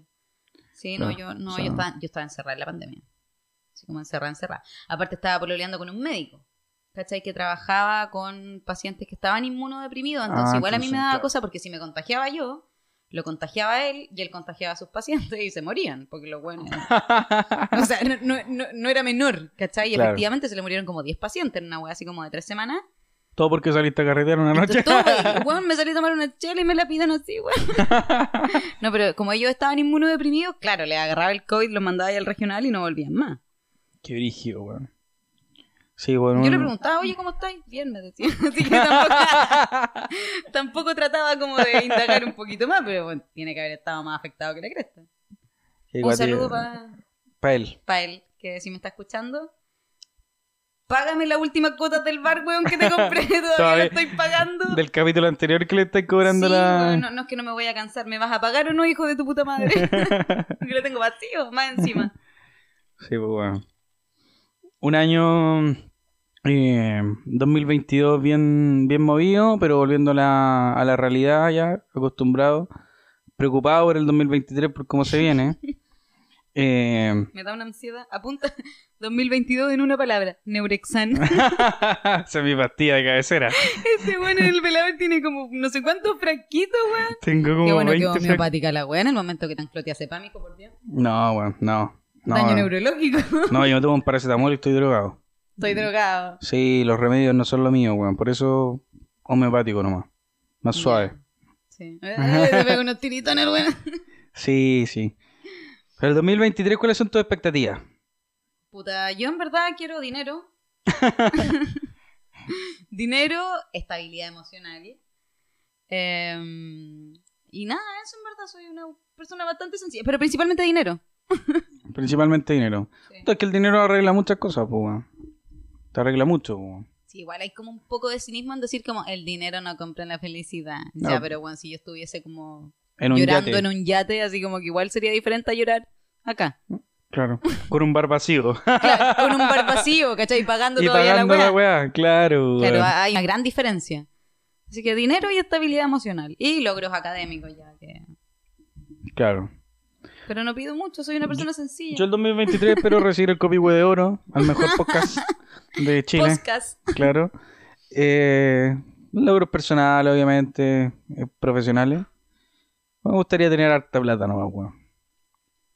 Speaker 1: Sí, no,
Speaker 2: Claro,
Speaker 1: yo, no
Speaker 2: o sea-
Speaker 1: yo, estaba, yo estaba encerrada en la pandemia. Así como encerrada, encerrada. Aparte estaba pololeando con un médico, ¿cachai? Que trabajaba con pacientes que estaban inmunodeprimidos. Entonces
Speaker 2: Ah,
Speaker 1: igual a mí
Speaker 2: entonces,
Speaker 1: me daba
Speaker 2: claro.
Speaker 1: cosa porque si me contagiaba yo, lo contagiaba él y él contagiaba a sus pacientes y se morían. Porque lo bueno... o sea, no, no- no- no era menor, ¿cachai? Y
Speaker 2: Claro.
Speaker 1: efectivamente se le murieron como 10 pacientes en una wea así como de tres semanas.
Speaker 2: Todo porque saliste a carretera una noche.
Speaker 1: Entonces, todo, güey, güey, me salí a tomar una chela y me la pidan así, güey. No, pero como ellos estaban inmunodeprimidos, claro, le agarraba el COVID, los mandaba ahí al regional y no volvían más.
Speaker 2: Qué brígido, weón. Sí, bueno.
Speaker 1: Yo le preguntaba, oye, ¿cómo estáis? Bien, me decía. Así que tampoco, tampoco trataba como de indagar un poquito más, pero bueno, tiene que haber estado más afectado que la cresta. Un saludo para
Speaker 2: para él.
Speaker 1: él, que si me está escuchando. Págame las últimas cuotas del bar, weón, que te compré. Todavía,
Speaker 2: Todavía.
Speaker 1: lo estoy pagando.
Speaker 2: Del capítulo anterior que le estáis cobrando
Speaker 1: Sí,
Speaker 2: la.
Speaker 1: weón, no, no es que no me voy a cansar, ¿me vas a pagar o no, hijo de tu puta madre? Yo lo tengo vacío, más encima.
Speaker 2: Sí, pues, weón. Un año. eh, 2022 bien, bien movido, pero volviendo a la, a la realidad ya, acostumbrado. Preocupado por el 2023, por cómo se viene. Eh,
Speaker 1: Me da una ansiedad. Apunta 2022 en una palabra, Neurexan.
Speaker 2: esa es mi pastilla de cabecera.
Speaker 1: Ese bueno el velador tiene como no sé cuántos frasquitos, weón.
Speaker 2: Tengo como
Speaker 1: Qué bueno
Speaker 2: 20
Speaker 1: quedó
Speaker 2: frac-
Speaker 1: homeopática la weá en el momento que tan clotea sepámico, por Dios.
Speaker 2: No, weón, no. No,
Speaker 1: Daño
Speaker 2: weón.
Speaker 1: neurológico.
Speaker 2: No, yo me tomo un paracetamol y estoy drogado.
Speaker 1: Estoy drogado.
Speaker 2: Sí, los remedios no son lo mío, weón. Por eso homeopático nomás. Más suave.
Speaker 1: Sí. Eh, te pego unos tiritos en el weón.
Speaker 2: Sí, sí. Pero el 2023, ¿cuáles son tus expectativas?
Speaker 1: Puta, yo en verdad quiero dinero. Dinero, estabilidad emocional. Em, y nada, eso en verdad soy una persona bastante sencilla, pero principalmente dinero.
Speaker 2: Principalmente dinero.
Speaker 1: Sí.
Speaker 2: Puta, Es que el dinero arregla muchas cosas, pues, weón. Te arregla mucho, weón.
Speaker 1: Sí, igual hay como un poco de cinismo en decir como el dinero no compra la felicidad.
Speaker 2: No.
Speaker 1: Ya, pero bueno, si yo estuviese como
Speaker 2: En un
Speaker 1: llorando
Speaker 2: yate.
Speaker 1: en un yate, así como que igual sería diferente a llorar acá.
Speaker 2: Claro. Con un bar vacío.
Speaker 1: Claro, con un bar vacío, ¿cachai? Pagando
Speaker 2: y
Speaker 1: todavía
Speaker 2: pagando
Speaker 1: la
Speaker 2: la
Speaker 1: weá.
Speaker 2: weá. Claro,
Speaker 1: Claro,
Speaker 2: weón.
Speaker 1: hay una gran diferencia. Así que dinero y estabilidad emocional. Y logros académicos ya. Que...
Speaker 2: Claro.
Speaker 1: Pero no pido mucho, soy una persona sencilla.
Speaker 2: Yo el 2023 espero recibir el Copihue de Oro al mejor podcast de Chile.
Speaker 1: Podcast.
Speaker 2: Claro. Eh, logros personales, obviamente, eh, profesionales. Me gustaría tener harta plata nomás, weón.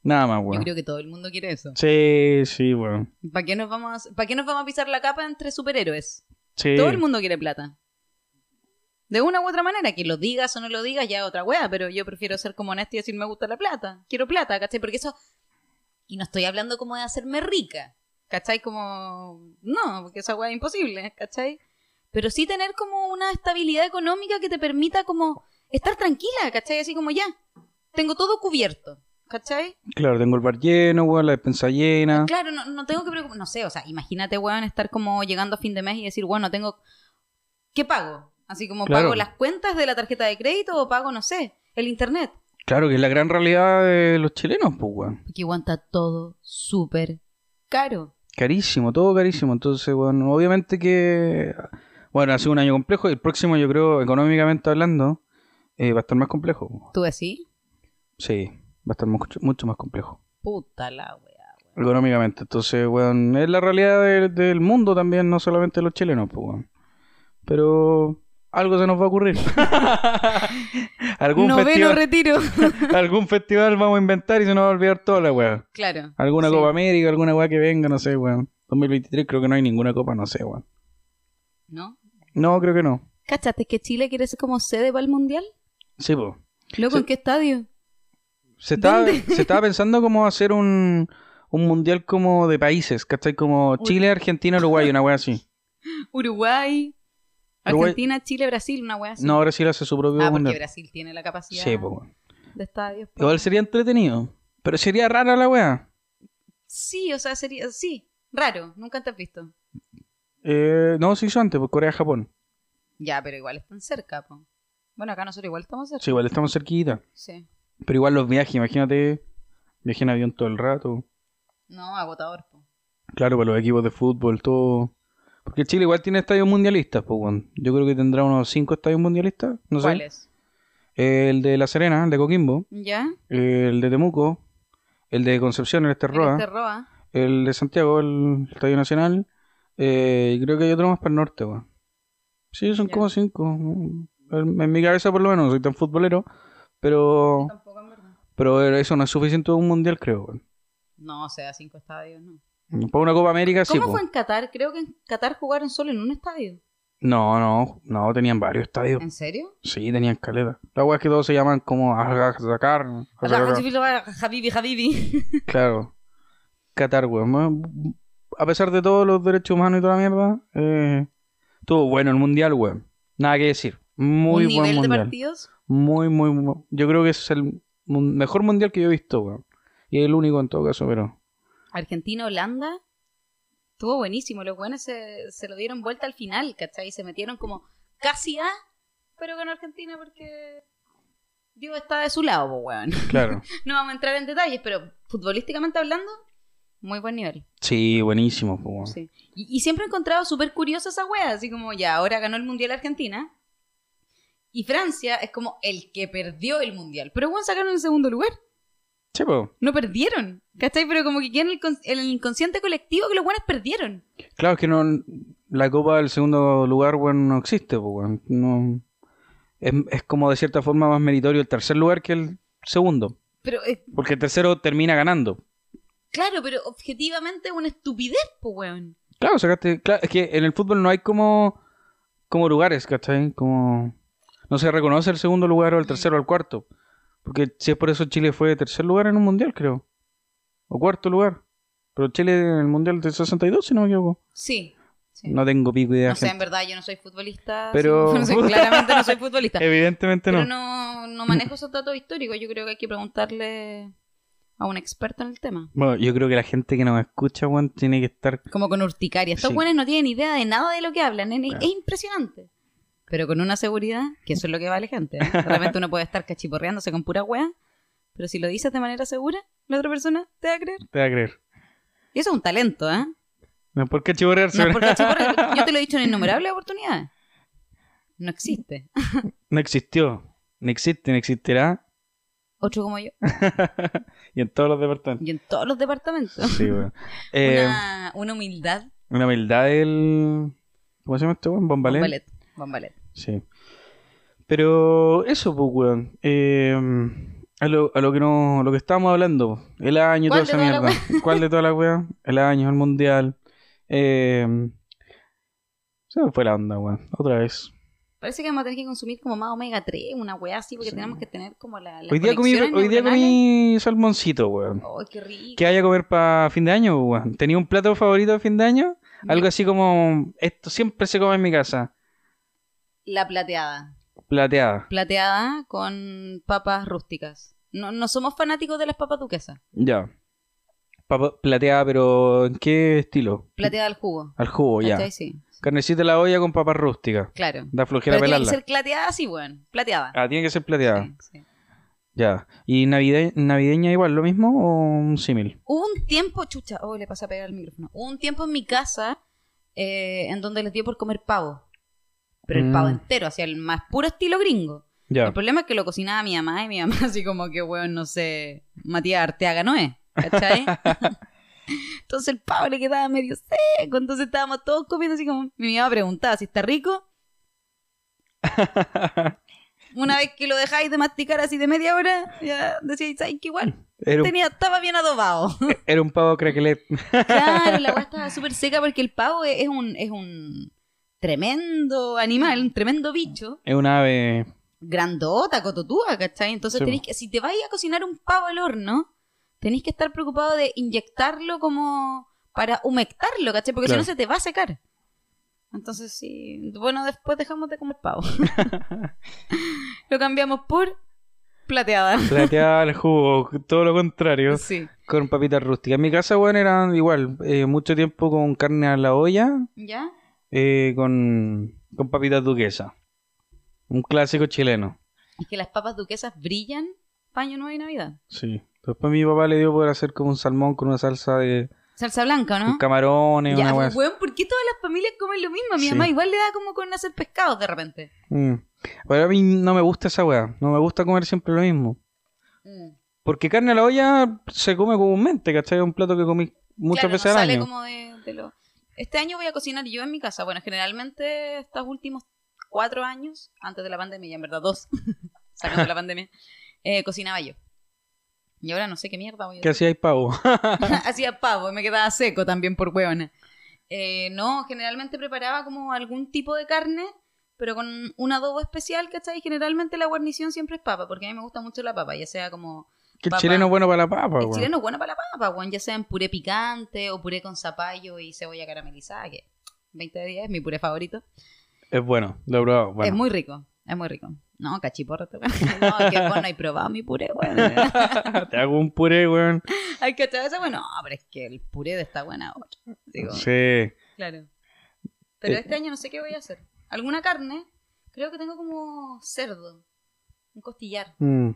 Speaker 2: Nada más,
Speaker 1: Yo
Speaker 2: weón.
Speaker 1: creo que todo el mundo quiere eso.
Speaker 2: Sí, sí, weón.
Speaker 1: ¿Para qué, nos vamos a... ¿Para qué nos vamos a pisar la capa entre superhéroes?
Speaker 2: Sí.
Speaker 1: Todo el mundo quiere plata. De una u otra manera, que lo digas o no lo digas, ya es otra wea, pero yo prefiero ser como honesta y decir me gusta la plata, quiero plata, ¿cachai? Porque eso. Y no estoy hablando como de hacerme rica, ¿cachai? Como. No, porque esa wea es imposible, ¿cachai? Pero sí tener como una estabilidad económica que te permita como estar tranquila, ¿cachai? Así como ya, tengo todo cubierto, ¿cachai?
Speaker 2: Claro, tengo el bar lleno, weón, la despensa llena.
Speaker 1: Claro, no, no tengo que preocup- No sé, o sea, imagínate, weón, estar como llegando a fin de mes y decir, bueno, tengo. ¿Qué pago? Así como
Speaker 2: Claro.
Speaker 1: pago las cuentas de la tarjeta de crédito o pago, no sé, el internet.
Speaker 2: Claro, que es la gran realidad de los chilenos, pues, weón.
Speaker 1: Porque aguanta todo súper caro.
Speaker 2: Carísimo, todo carísimo. Entonces, weón, obviamente que. Bueno, ha sido un año complejo. El próximo, yo creo, económicamente hablando, eh, va a estar más complejo. weón.
Speaker 1: ¿Tú decís?
Speaker 2: Sí, va a estar mucho, mucho más complejo.
Speaker 1: Puta la wea.
Speaker 2: Económicamente. Entonces, weón, es la realidad de- del mundo también, no solamente de los chilenos, pues, weón. Pero. Algo se nos va a ocurrir. algún,
Speaker 1: Noveno
Speaker 2: festival,
Speaker 1: retiro.
Speaker 2: algún festival vamos a inventar y se nos va a olvidar toda la weá.
Speaker 1: claro.
Speaker 2: Alguna
Speaker 1: Sí.
Speaker 2: Copa América, alguna weá que venga, no sé, weón. 2023 creo que no hay ninguna copa, no sé, weón.
Speaker 1: ¿No?
Speaker 2: No, creo que no.
Speaker 1: ¿Cachaste que Chile quiere ser como sede para el mundial?
Speaker 2: Sí, po.
Speaker 1: ¿Loco,
Speaker 2: Sí.
Speaker 1: en qué estadio?
Speaker 2: Se estaba,
Speaker 1: ¿Dónde?
Speaker 2: se estaba pensando cómo hacer un, un mundial como de países, ¿cachai? Como
Speaker 1: Uy.
Speaker 2: Chile, Argentina, Uruguay, una weá así.
Speaker 1: Uruguay.
Speaker 2: Uruguay-
Speaker 1: Argentina, Chile, Brasil, una wea así.
Speaker 2: No, ahora sí hace su propio
Speaker 1: ah, porque
Speaker 2: mundial.
Speaker 1: Brasil tiene la capacidad
Speaker 2: Sí, po. weón.
Speaker 1: de estadios. po.
Speaker 2: Igual sería entretenido. Pero sería rara la weá.
Speaker 1: Sí, o sea, sería. Sí, raro, nunca te has visto.
Speaker 2: Eh, no, se hizo antes, por Corea-Japón.
Speaker 1: Ya, pero igual están cerca, po. Bueno, acá nosotros igual estamos cerca.
Speaker 2: Sí, igual estamos cerquita.
Speaker 1: Sí.
Speaker 2: Pero igual los viajes, imagínate. Viaje en avión todo el rato.
Speaker 1: No, agotador, po.
Speaker 2: Claro, para los equipos de fútbol, todo. Porque Chile igual tiene estadios mundialistas, pues, weón. Yo creo que tendrá unos cinco estadios mundialistas. No sé.
Speaker 1: ¿Cuáles?
Speaker 2: El de La Serena, el de Coquimbo.
Speaker 1: ¿Ya?
Speaker 2: El de Temuco. El de Concepción, el Esterroa.
Speaker 1: El Terroa.
Speaker 2: El de Santiago, el Estadio Nacional. Eh, y creo que hay otro más para el norte, weón. Sí, son
Speaker 1: Ya.
Speaker 2: como cinco. En en mi cabeza, por lo menos, no soy tan futbolero. Pero,
Speaker 1: Tampoco, en verdad.
Speaker 2: pero eso no es suficiente para un mundial, creo, weón.
Speaker 1: No, o sea, cinco estadios, no.
Speaker 2: Para una Copa América, sí,
Speaker 1: ¿Cómo
Speaker 2: po.
Speaker 1: fue en Qatar? Creo que en Qatar jugaron solo en un estadio.
Speaker 2: No, no, no, tenían varios estadios.
Speaker 1: ¿En serio?
Speaker 2: Sí, tenían caleta. La weá es que todos se llaman como sacar.
Speaker 1: Javibi, Javibi.
Speaker 2: Claro. Qatar, weón. Ma- A pesar de todos los derechos humanos y toda la mierda, eh, estuvo bueno el mundial, weón. Nada que decir. Muy
Speaker 1: ¿Un
Speaker 2: buen
Speaker 1: nivel de
Speaker 2: mundial.
Speaker 1: partidos?
Speaker 2: Muy, muy, bu- Yo creo que ese es el mun- mejor mundial que yo he visto, weón. Y el único en todo caso, pero.
Speaker 1: Argentina, Holanda. Estuvo buenísimo. Los buenos se, se lo dieron vuelta al final, ¿cachai? Se metieron como casi a, pero ganó Argentina porque Dios está de su lado, po, weón.
Speaker 2: Claro.
Speaker 1: No vamos a entrar en detalles, pero futbolísticamente hablando, muy buen nivel.
Speaker 2: sí, buenísimo, po, weón.
Speaker 1: Sí. Y, y siempre he encontrado súper curiosa esa wea, así como ya, ahora ganó el Mundial Argentina. Y Francia es como el que perdió el Mundial. Pero bueno, sacaron el segundo lugar.
Speaker 2: Sí, po.
Speaker 1: No perdieron. ¿Cachai? Pero como que queda en el, con- en el inconsciente colectivo que los buenos perdieron.
Speaker 2: Claro, es que no, la copa del segundo lugar, weón, no existe, po, weón. No, es, es como de cierta forma más meritorio el tercer lugar que el segundo.
Speaker 1: Pero eh,
Speaker 2: Porque el tercero termina ganando.
Speaker 1: Claro, pero objetivamente es una estupidez, po, weón.
Speaker 2: Claro, sacaste. Claro, es que en el fútbol no hay como, como lugares, ¿cachai? Como. No se reconoce el segundo lugar o el tercero o el cuarto. Porque si es por eso Chile fue tercer lugar en un mundial, creo. O cuarto lugar. Pero Chile en el mundial del 62, si no me equivoco.
Speaker 1: Sí. Sí.
Speaker 2: No tengo pico idea.
Speaker 1: Eh, No sé,
Speaker 2: gente.
Speaker 1: en verdad, yo no soy futbolista.
Speaker 2: Pero-
Speaker 1: sí, no soy- claramente no soy futbolista.
Speaker 2: Evidentemente
Speaker 1: Pero
Speaker 2: no.
Speaker 1: no, no manejo esos datos históricos. Yo creo que hay que preguntarle a un experto en el tema.
Speaker 2: Bueno, yo creo que la gente que nos escucha, weón, tiene que estar.
Speaker 1: Como con urticaria. Estos
Speaker 2: Sí.
Speaker 1: buenos no tienen idea de nada de lo que hablan. nene. Es impresionante. Pero con una seguridad, que eso es lo que vale gente. ¿eh? Realmente uno puede estar cachiporreándose con pura wea. Pero si lo dices de manera segura, la otra persona te va a creer.
Speaker 2: Te va a creer.
Speaker 1: Y eso es un talento, ¿eh?
Speaker 2: No es por cachiporrearse,
Speaker 1: No es por
Speaker 2: ¿verdad?
Speaker 1: cachiporrear. Yo te lo he dicho en innumerables oportunidades. No existe.
Speaker 2: No existió. Ni existe, ni existirá.
Speaker 1: Otro como yo.
Speaker 2: y en todos los departamentos.
Speaker 1: Y en todos los departamentos.
Speaker 2: Sí, weón. Eh, una...
Speaker 1: una, una humildad.
Speaker 2: humildad del. ¿Cómo se llama este weón? Bombalén.
Speaker 1: Bombalet. Bombalet.
Speaker 2: Sí. Pero eso, pues, weón. Eh, a lo, a lo que no, lo que estábamos hablando, po. el año y toda
Speaker 1: ¿Cuál
Speaker 2: esa
Speaker 1: de toda la
Speaker 2: mierda. ¿Cuál de todas las weas? El año, el mundial. Eh, se me fue la onda, weón. Otra vez.
Speaker 1: Parece que vamos a tener que consumir como más omega 3, una weá así, porque tenemos que tener como la. las
Speaker 2: Hoy día, comí,
Speaker 1: conexiones
Speaker 2: hoy día
Speaker 1: neuronales.
Speaker 2: comí salmoncito, weón.
Speaker 1: ¡Ay, qué rico!
Speaker 2: ¿Qué vaya a comer para fin de año, weón? ¿Tenía un plato favorito de fin de año? Algo así como, esto siempre se come en mi casa.
Speaker 1: La plateada.
Speaker 2: Plateada.
Speaker 1: Plateada con papas rústicas. No, no somos fanáticos de las papas duquesas.
Speaker 2: Ya. Papa- plateada, pero ¿en qué estilo?
Speaker 1: Plateada al jugo.
Speaker 2: Al jugo, Oh, ya.
Speaker 1: ¿Cachai? Sí,
Speaker 2: Carnecita a la olla con papas rústicas.
Speaker 1: claro.
Speaker 2: Da flojera
Speaker 1: Pero tiene que
Speaker 2: pelarla.
Speaker 1: ser plateada, sí, bueno. Plateada.
Speaker 2: Ah, tiene que ser plateada.
Speaker 1: Sí, sí.
Speaker 2: Ya. ¿Y navide- navideña igual, lo mismo o un símil?
Speaker 1: Hubo un tiempo, chucha, oh, le pasé a pegar el micrófono. Hubo un tiempo en mi casa eh, en donde les dio por comer pavo. Pero el
Speaker 2: Mm.
Speaker 1: pavo entero, hacia el más puro estilo gringo.
Speaker 2: Ya.
Speaker 1: El problema es que lo cocinaba mi mamá y mi mamá así como que, weón, no sé, Matías Arteaga no es, ¿cachai? entonces el pavo le quedaba medio seco, entonces estábamos todos comiendo así como, mi mamá preguntaba si está rico. Una vez que lo dejáis de masticar así de media hora, ya decíais, ay, que igual,
Speaker 2: Era un,
Speaker 1: tenía, estaba bien adobado.
Speaker 2: era un pavo craquelet.
Speaker 1: claro, la agua estaba súper seca porque el pavo es es un, es un tremendo animal, un tremendo bicho.
Speaker 2: Es un ave.
Speaker 1: grandota, cototúa, ¿cachai? Entonces
Speaker 2: Sí,
Speaker 1: tenéis que, si te vais a cocinar un pavo al horno, tenéis que estar preocupado de inyectarlo como para humectarlo, ¿cachai? Porque
Speaker 2: Claro.
Speaker 1: si no se te va a secar. Entonces sí, bueno, después dejamos de comer pavo. Lo cambiamos por plateada.
Speaker 2: Plateada al jugo, todo lo contrario.
Speaker 1: Sí,
Speaker 2: Con papitas rústicas. En mi casa, weón, eran igual. eh, mucho tiempo con carne a la olla,
Speaker 1: ¿ya?
Speaker 2: eh, con, con papitas duquesa. Un clásico chileno.
Speaker 1: Es que las papas duquesas brillan paño nuevo y Navidad.
Speaker 2: Sí. Después mi papá le dio por hacer como un salmón con una salsa de
Speaker 1: Salsa blanca,
Speaker 2: con
Speaker 1: ¿no?
Speaker 2: camarones,
Speaker 1: Ah. Ya,
Speaker 2: una weá
Speaker 1: pues, weón, ¿por qué todas las familias comen lo mismo? Mi
Speaker 2: Sí.
Speaker 1: mamá igual le da como con hacer pescados de repente.
Speaker 2: Mm. Pero a mí no me gusta esa weá. No me gusta comer siempre lo mismo.
Speaker 1: Mm.
Speaker 2: Porque carne a la olla se come comúnmente, ¿cachai? Es un plato que comí muchas
Speaker 1: Claro,
Speaker 2: veces
Speaker 1: no
Speaker 2: al
Speaker 1: sale
Speaker 2: año.
Speaker 1: como de, de lo- Este año voy a cocinar yo en mi casa. Bueno, generalmente estos últimos cuatro años, antes de la pandemia, ya en verdad dos, sacando la pandemia, eh, cocinaba yo. Y ahora no sé qué mierda voy a
Speaker 2: Que
Speaker 1: hacer.
Speaker 2: así hay pavo.
Speaker 1: Hacía pavo y me quedaba seco también por hueona. Eh, no, generalmente preparaba como algún tipo de carne, pero con un adobo especial, ¿cachai? Generalmente la guarnición siempre es papa, porque a mí me gusta mucho la papa, ya sea como
Speaker 2: que el
Speaker 1: Papá.
Speaker 2: chileno es bueno para la papa,
Speaker 1: el
Speaker 2: weón.
Speaker 1: chileno es bueno para la papa, weón, ya sea en puré picante o puré con zapallo y cebolla caramelizada, que 20 de 10 es mi puré favorito.
Speaker 2: Es bueno, lo he probado. bueno.
Speaker 1: Es muy rico, es muy rico. No, cachiporro, te weón. No, es que vos no hay probado mi puré, weón.
Speaker 2: Te hago un puré, weón.
Speaker 1: Hay que echar eso, bueno, pero es que el puré de esta buena otra. Digo,
Speaker 2: Sí.
Speaker 1: claro. Pero
Speaker 2: Eh.
Speaker 1: este año no sé qué voy a hacer. ¿Alguna carne? Creo que tengo como cerdo, un costillar.
Speaker 2: Mm.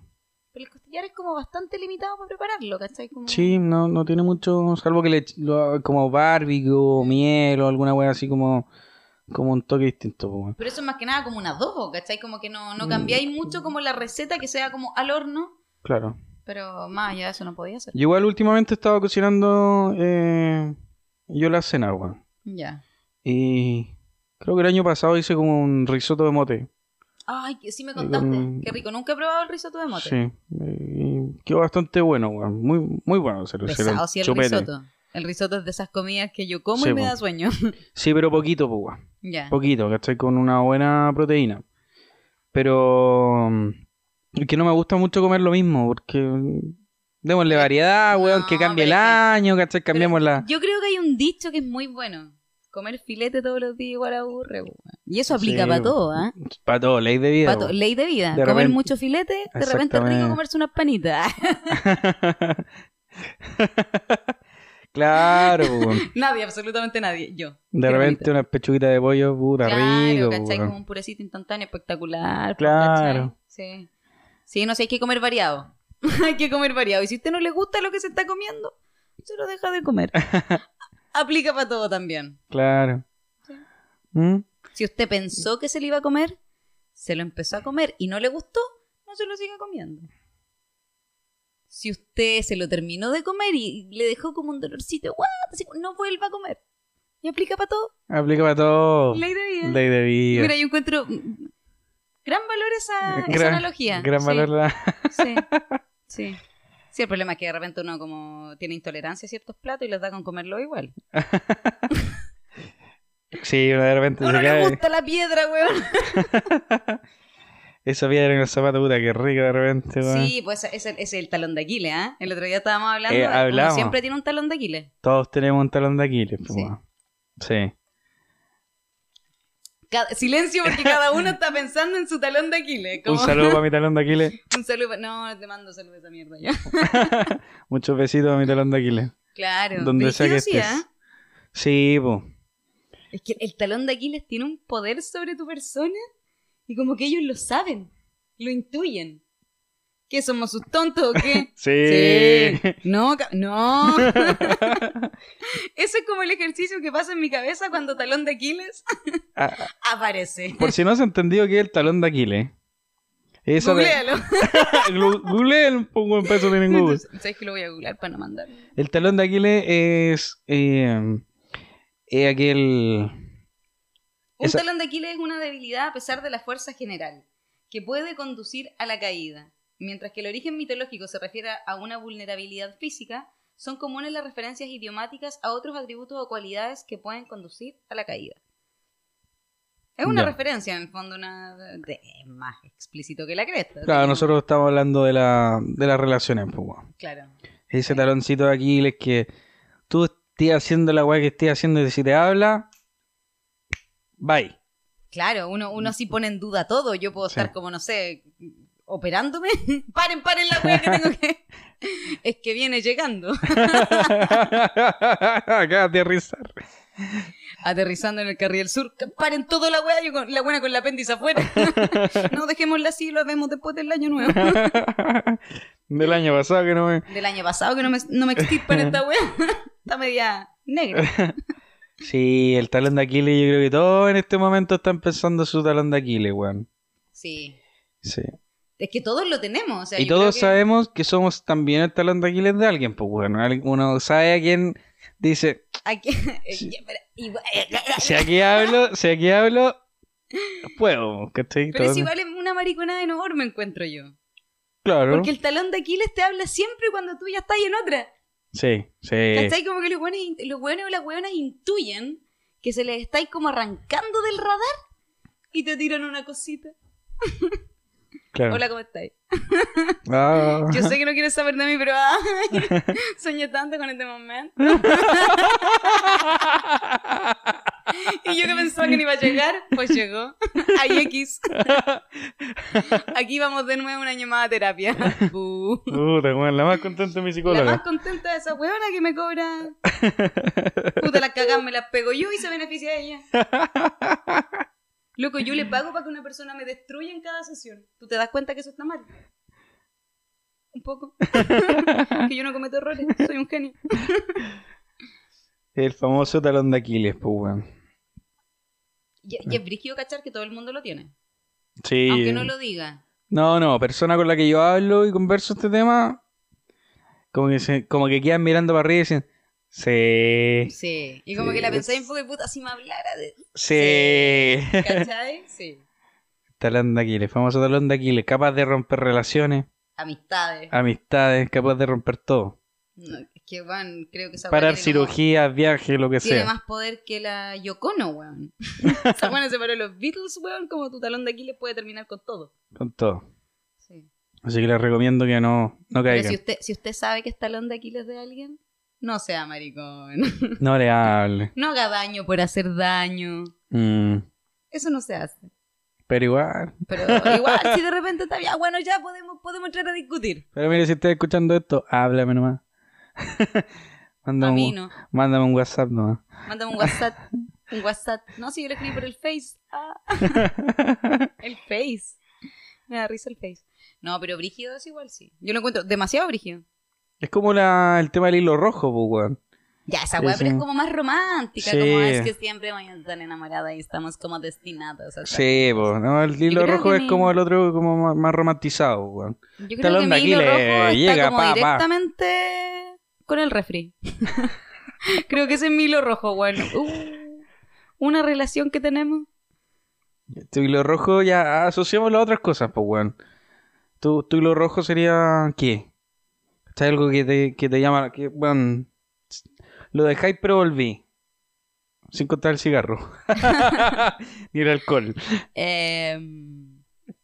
Speaker 1: Pero el costillar es como bastante limitado para prepararlo, ¿cachai? Como...
Speaker 2: Sí, no, no tiene mucho, salvo que le ch- lo- como barbecue, miel o alguna weá así como, como un toque distinto, po, weón.
Speaker 1: Pero eso es más que nada como un adobo, ¿cachai? Como que no,
Speaker 2: Mm.
Speaker 1: no cambiáis mucho como la receta que sea como al horno,
Speaker 2: Claro.
Speaker 1: pero más allá de eso no podía ser.
Speaker 2: Yo igual últimamente estaba cocinando eh, yo la cena, weón.
Speaker 1: Ya.
Speaker 2: Y creo que el año pasado hice como un risotto de mote.
Speaker 1: Ay, que sí me
Speaker 2: Y
Speaker 1: contaste.
Speaker 2: Eh, con-
Speaker 1: Qué rico. Nunca he probado el risotto de mote.
Speaker 2: Sí. Y quedó bastante bueno, weón. Muy, muy bueno. Se lo
Speaker 1: Pesado,
Speaker 2: hicieron
Speaker 1: sí, el
Speaker 2: chupete.
Speaker 1: risotto. El risotto es de esas comidas que yo como
Speaker 2: Sí,
Speaker 1: y me
Speaker 2: po.
Speaker 1: da sueño.
Speaker 2: Sí, pero poquito, pues, weón.
Speaker 1: ya.
Speaker 2: Poquito, ¿cachai? Con una buena proteína. Pero... mm, Es que no me gusta mucho comer lo mismo, porque... mm, Démosle variedad, weón, que
Speaker 1: Eh, No,
Speaker 2: cambie el
Speaker 1: pero es que-
Speaker 2: año, ¿cachai? Cambiemos la...
Speaker 1: Yo creo que hay un dicho que es muy bueno. Comer filete todos los días igual aburre, weón. Y eso aplica
Speaker 2: Sí,
Speaker 1: para
Speaker 2: weón.
Speaker 1: todo, ¿ah?
Speaker 2: Para todo, ley de vida.
Speaker 1: Pa' to- ley de vida.
Speaker 2: De
Speaker 1: Comer
Speaker 2: repente-
Speaker 1: mucho filete, de repente es rico
Speaker 2: Exactamente.
Speaker 1: comerse unas panitas.
Speaker 2: claro, po, weón.
Speaker 1: nadie, absolutamente nadie. Yo.
Speaker 2: De
Speaker 1: Qué
Speaker 2: repente
Speaker 1: bonito.
Speaker 2: una pechuguita de pollo, puta, rico.
Speaker 1: Claro,
Speaker 2: po,
Speaker 1: ¿cachai?
Speaker 2: weón.
Speaker 1: Como un purecito instantáneo espectacular. pues,
Speaker 2: Claro.
Speaker 1: ¿cachai? Sí. Sí, no sé, hay que comer variado. hay que comer variado. Y si a usted no le gusta lo que se está comiendo, se lo deja de comer. Aplica para todo también.
Speaker 2: Claro. ¿Mm?
Speaker 1: Si usted pensó que se lo iba a comer, se lo empezó a comer y no le gustó, no se lo siga comiendo. Si usted se lo terminó de comer y le dejó como un dolorcito, "What?", así, no vuelva a comer. Y aplica para todo.
Speaker 2: Aplica para todo.
Speaker 1: Ley de vida.
Speaker 2: Ley de vida.
Speaker 1: Mira, yo encuentro mm, gran valor esa, esa
Speaker 2: Gran-
Speaker 1: analogía.
Speaker 2: Gran
Speaker 1: Sí,
Speaker 2: valor la-
Speaker 1: Sí, sí. Sí, el problema es que de repente uno como tiene intolerancia a ciertos platos y les da con comerlo igual.
Speaker 2: Sí, uno de repente se
Speaker 1: uno le
Speaker 2: cae.
Speaker 1: gusta la piedra, weón.
Speaker 2: Esa piedra en el zapato, puta, qué rica de repente, weón.
Speaker 1: Sí, pues ese ese es el, talón de Aquiles, ¿ah? El otro día estábamos hablando,
Speaker 2: Eh,
Speaker 1: uno
Speaker 2: hablamos.
Speaker 1: siempre tiene un talón de Aquiles.
Speaker 2: Todos tenemos un talón de Aquiles, po,
Speaker 1: Sí.
Speaker 2: weón. Sí.
Speaker 1: Cada- silencio porque cada uno está pensando en su talón de Aquiles. Como,
Speaker 2: Un saludo para mi talón de Aquiles.
Speaker 1: un saludo. No, te mando saludos a esa mierda yo.
Speaker 2: Muchos besitos a mi talón de Aquiles.
Speaker 1: Claro.
Speaker 2: Donde sea que
Speaker 1: brígido, sí,
Speaker 2: estés.
Speaker 1: ¿ah?
Speaker 2: Sí, po.
Speaker 1: Es que el talón de Aquiles tiene un poder sobre tu persona y como que ellos lo saben, lo intuyen. ¿Qué somos sus tontos o qué?
Speaker 2: Sí.
Speaker 1: No, ca- no. Eso es como el ejercicio que pasa en mi cabeza cuando talón de Aquiles
Speaker 2: Ah, ah,
Speaker 1: aparece.
Speaker 2: por si no se ha entendido qué es el talón de Aquiles. Eso de-
Speaker 1: Googlealo.
Speaker 2: Glu- Google, pues, pongo en peso tienen Google.
Speaker 1: Entonces, ¿Sabes que lo voy a googlear para no mandar?
Speaker 2: El talón de Aquiles es. eh, es aquel.
Speaker 1: Un
Speaker 2: Esa-
Speaker 1: talón de Aquiles es una debilidad a pesar de la fuerza general, que puede conducir a la caída. Mientras que el origen mitológico se refiere a una vulnerabilidad física, son comunes las referencias idiomáticas a otros atributos o cualidades que pueden conducir a la caída. Es una
Speaker 2: Ya.
Speaker 1: referencia, en el fondo, una... de- es más explícito que la cresta. así
Speaker 2: Claro,
Speaker 1: que-
Speaker 2: nosotros estamos hablando de, la, de las relaciones, pues, weón.
Speaker 1: Claro.
Speaker 2: Ese taloncito de Aquiles que tú estés haciendo la weá que estés haciendo y si te habla. Bye.
Speaker 1: Claro, uno, uno así pone en duda todo. Yo puedo
Speaker 2: Sí.
Speaker 1: estar como, no sé, operándome. paren, paren la wea que tengo que... es que viene llegando.
Speaker 2: Acabas de rizar.
Speaker 1: aterrizando en el carril sur. que Paren toda la weá, yo con, la buena con el apéndice afuera. no, dejémosla así, lo vemos después del año nuevo.
Speaker 2: Del año pasado que no me.
Speaker 1: Del año pasado, que no me, no me extirpan esta weá. Está media negra.
Speaker 2: Sí, el talón de Aquiles, yo creo que todos en este momento están pensando su talón de Aquiles, weón.
Speaker 1: Sí.
Speaker 2: Sí.
Speaker 1: Es que todos lo tenemos. o sea,
Speaker 2: y
Speaker 1: yo creo
Speaker 2: todos
Speaker 1: que-
Speaker 2: sabemos que somos también el talón de Aquiles de alguien, pues bueno, al- uno sabe a quién dice,
Speaker 1: aquí-
Speaker 2: Sí.
Speaker 1: eh, pero igual- eh, pero
Speaker 2: si aquí hablo, si aquí hablo, puedo, ¿cachai?
Speaker 1: es
Speaker 2: Todo-
Speaker 1: igual es una mariconada enorme, encuentro yo.
Speaker 2: Claro,
Speaker 1: Porque el talón de Aquiles te habla siempre cuando tú ya estás en otra.
Speaker 2: sí, sí,
Speaker 1: ¿Cachai? Como que los hueones, int- los hueones o las hueonas intuyen que se les estáis como arrancando del radar y te tiran una cosita.
Speaker 2: claro.
Speaker 1: Hola, ¿cómo estáis?
Speaker 2: Ah.
Speaker 1: Yo sé que no quieres saber de mí, pero ay, soñé tanto con este momento. Y yo que pensaba que no iba a llegar, pues llegó. Ahí X. Aquí vamos de nuevo un año más a terapia. Bu.
Speaker 2: Puta, weón, Uh, la más contenta es mi
Speaker 1: La más
Speaker 2: psicóloga.
Speaker 1: contenta de esa hueona que me cobra. Puta, las cagas me las pego yo y se beneficia ella. Loco, yo le pago para que una persona me destruya en cada sesión. ¿Tú te das cuenta que eso está mal? Un poco. que yo no cometo errores, soy un genio.
Speaker 2: El famoso talón de Aquiles, pues weón.
Speaker 1: Y, y es brígido cachar que todo el mundo lo tiene.
Speaker 2: Sí.
Speaker 1: Aunque no lo diga.
Speaker 2: No, no, persona con la que yo hablo y converso este tema, como que, se- como que quedan mirando para arriba y dicen, sí,
Speaker 1: Sí. Y como
Speaker 2: Sí,
Speaker 1: que la
Speaker 2: es-
Speaker 1: pensé en poco puta, si me hablara de.
Speaker 2: sí.
Speaker 1: ¿Cachai? Sí.
Speaker 2: Talón de Aquiles, famoso talón de Aquiles, capaz de romper relaciones,
Speaker 1: Amistades.
Speaker 2: Ah. amistades, capaz de romper todo.
Speaker 1: No, es que, van, creo que esa hueá
Speaker 2: Parar
Speaker 1: tiene como-
Speaker 2: cirugías, viajes, lo que
Speaker 1: Tiene
Speaker 2: sea.
Speaker 1: más poder que la Yocono, weón. Esa buena se paró los Beatles, weón, como tu talón de Aquiles puede terminar con todo.
Speaker 2: Con todo.
Speaker 1: Sí.
Speaker 2: Así que les recomiendo que no,
Speaker 1: Pero
Speaker 2: no caigan.
Speaker 1: si usted, si usted sabe que es talón de Aquiles de alguien, No sea maricón.
Speaker 2: No le hable.
Speaker 1: No haga daño por hacer daño.
Speaker 2: Mm,
Speaker 1: Eso no se hace.
Speaker 2: Pero igual.
Speaker 1: Pero igual, si de repente está bien, bueno, ya podemos, podemos entrar a discutir.
Speaker 2: Pero mire, si estás escuchando esto, háblame nomás.
Speaker 1: A
Speaker 2: mándame,
Speaker 1: mí
Speaker 2: un,
Speaker 1: no.
Speaker 2: mándame un WhatsApp nomás.
Speaker 1: Mándame un WhatsApp. Un WhatsApp. No, si yo lo escribí por el Face. Ah. El Face. Me da risa el Face. No, pero brígido es igual, sí. Yo lo encuentro demasiado brígido.
Speaker 2: Es como la, el tema del hilo rojo, pues, weón.
Speaker 1: Ya, esa
Speaker 2: Sí,
Speaker 1: weá, pero
Speaker 2: sí.
Speaker 1: es como más romántica.
Speaker 2: Sí.
Speaker 1: Como es que siempre voy a estar enamorada y estamos como destinados. a estar
Speaker 2: Sí,
Speaker 1: juntos".
Speaker 2: pues. No, el hilo
Speaker 1: creo que
Speaker 2: rojo es
Speaker 1: mi-
Speaker 2: como el otro, como más, más romantizado, pues, weón.
Speaker 1: Yo creo que
Speaker 2: Talón
Speaker 1: mi
Speaker 2: de
Speaker 1: hilo rojo
Speaker 2: Aquiles,
Speaker 1: está
Speaker 2: llega,
Speaker 1: como
Speaker 2: pa, pa.
Speaker 1: directamente con el refri. creo que ese es mi hilo rojo, bueno. Uh, una relación que tenemos.
Speaker 2: Tu Este hilo rojo ya asociamos a otras cosas, pues, weón. Tu, tu hilo rojo sería. ¿Qué? ¿Está algo que te, que te llama. Que, weón. Lo dejáis, pero volví. Sin contar el cigarro. Ni el alcohol.
Speaker 1: Eh,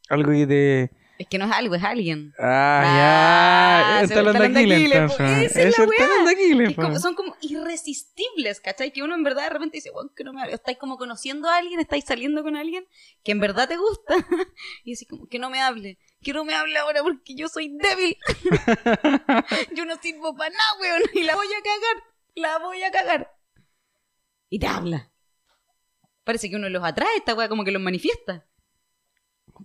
Speaker 2: Algo que te.
Speaker 1: es que no es algo, es alguien. Ah,
Speaker 2: Ah, ya.
Speaker 1: se-
Speaker 2: Es el talón de Aquiles,
Speaker 1: pues,
Speaker 2: entonces.
Speaker 1: esa es la
Speaker 2: el
Speaker 1: weá.
Speaker 2: talón de Aquiles,
Speaker 1: Que es como-
Speaker 2: pues.
Speaker 1: son como irresistibles, ¿cachai? Que uno en verdad de repente dice, wow, que no me hable". Estáis como conociendo a alguien, estáis saliendo con alguien que en verdad te gusta. y así como, que no me hable, que no me hable ahora porque yo soy débil. yo no sirvo para nada, weón. Y la voy a cagar, la voy a cagar. Y te habla. Parece que uno los atrae, esta weá como que los manifiesta.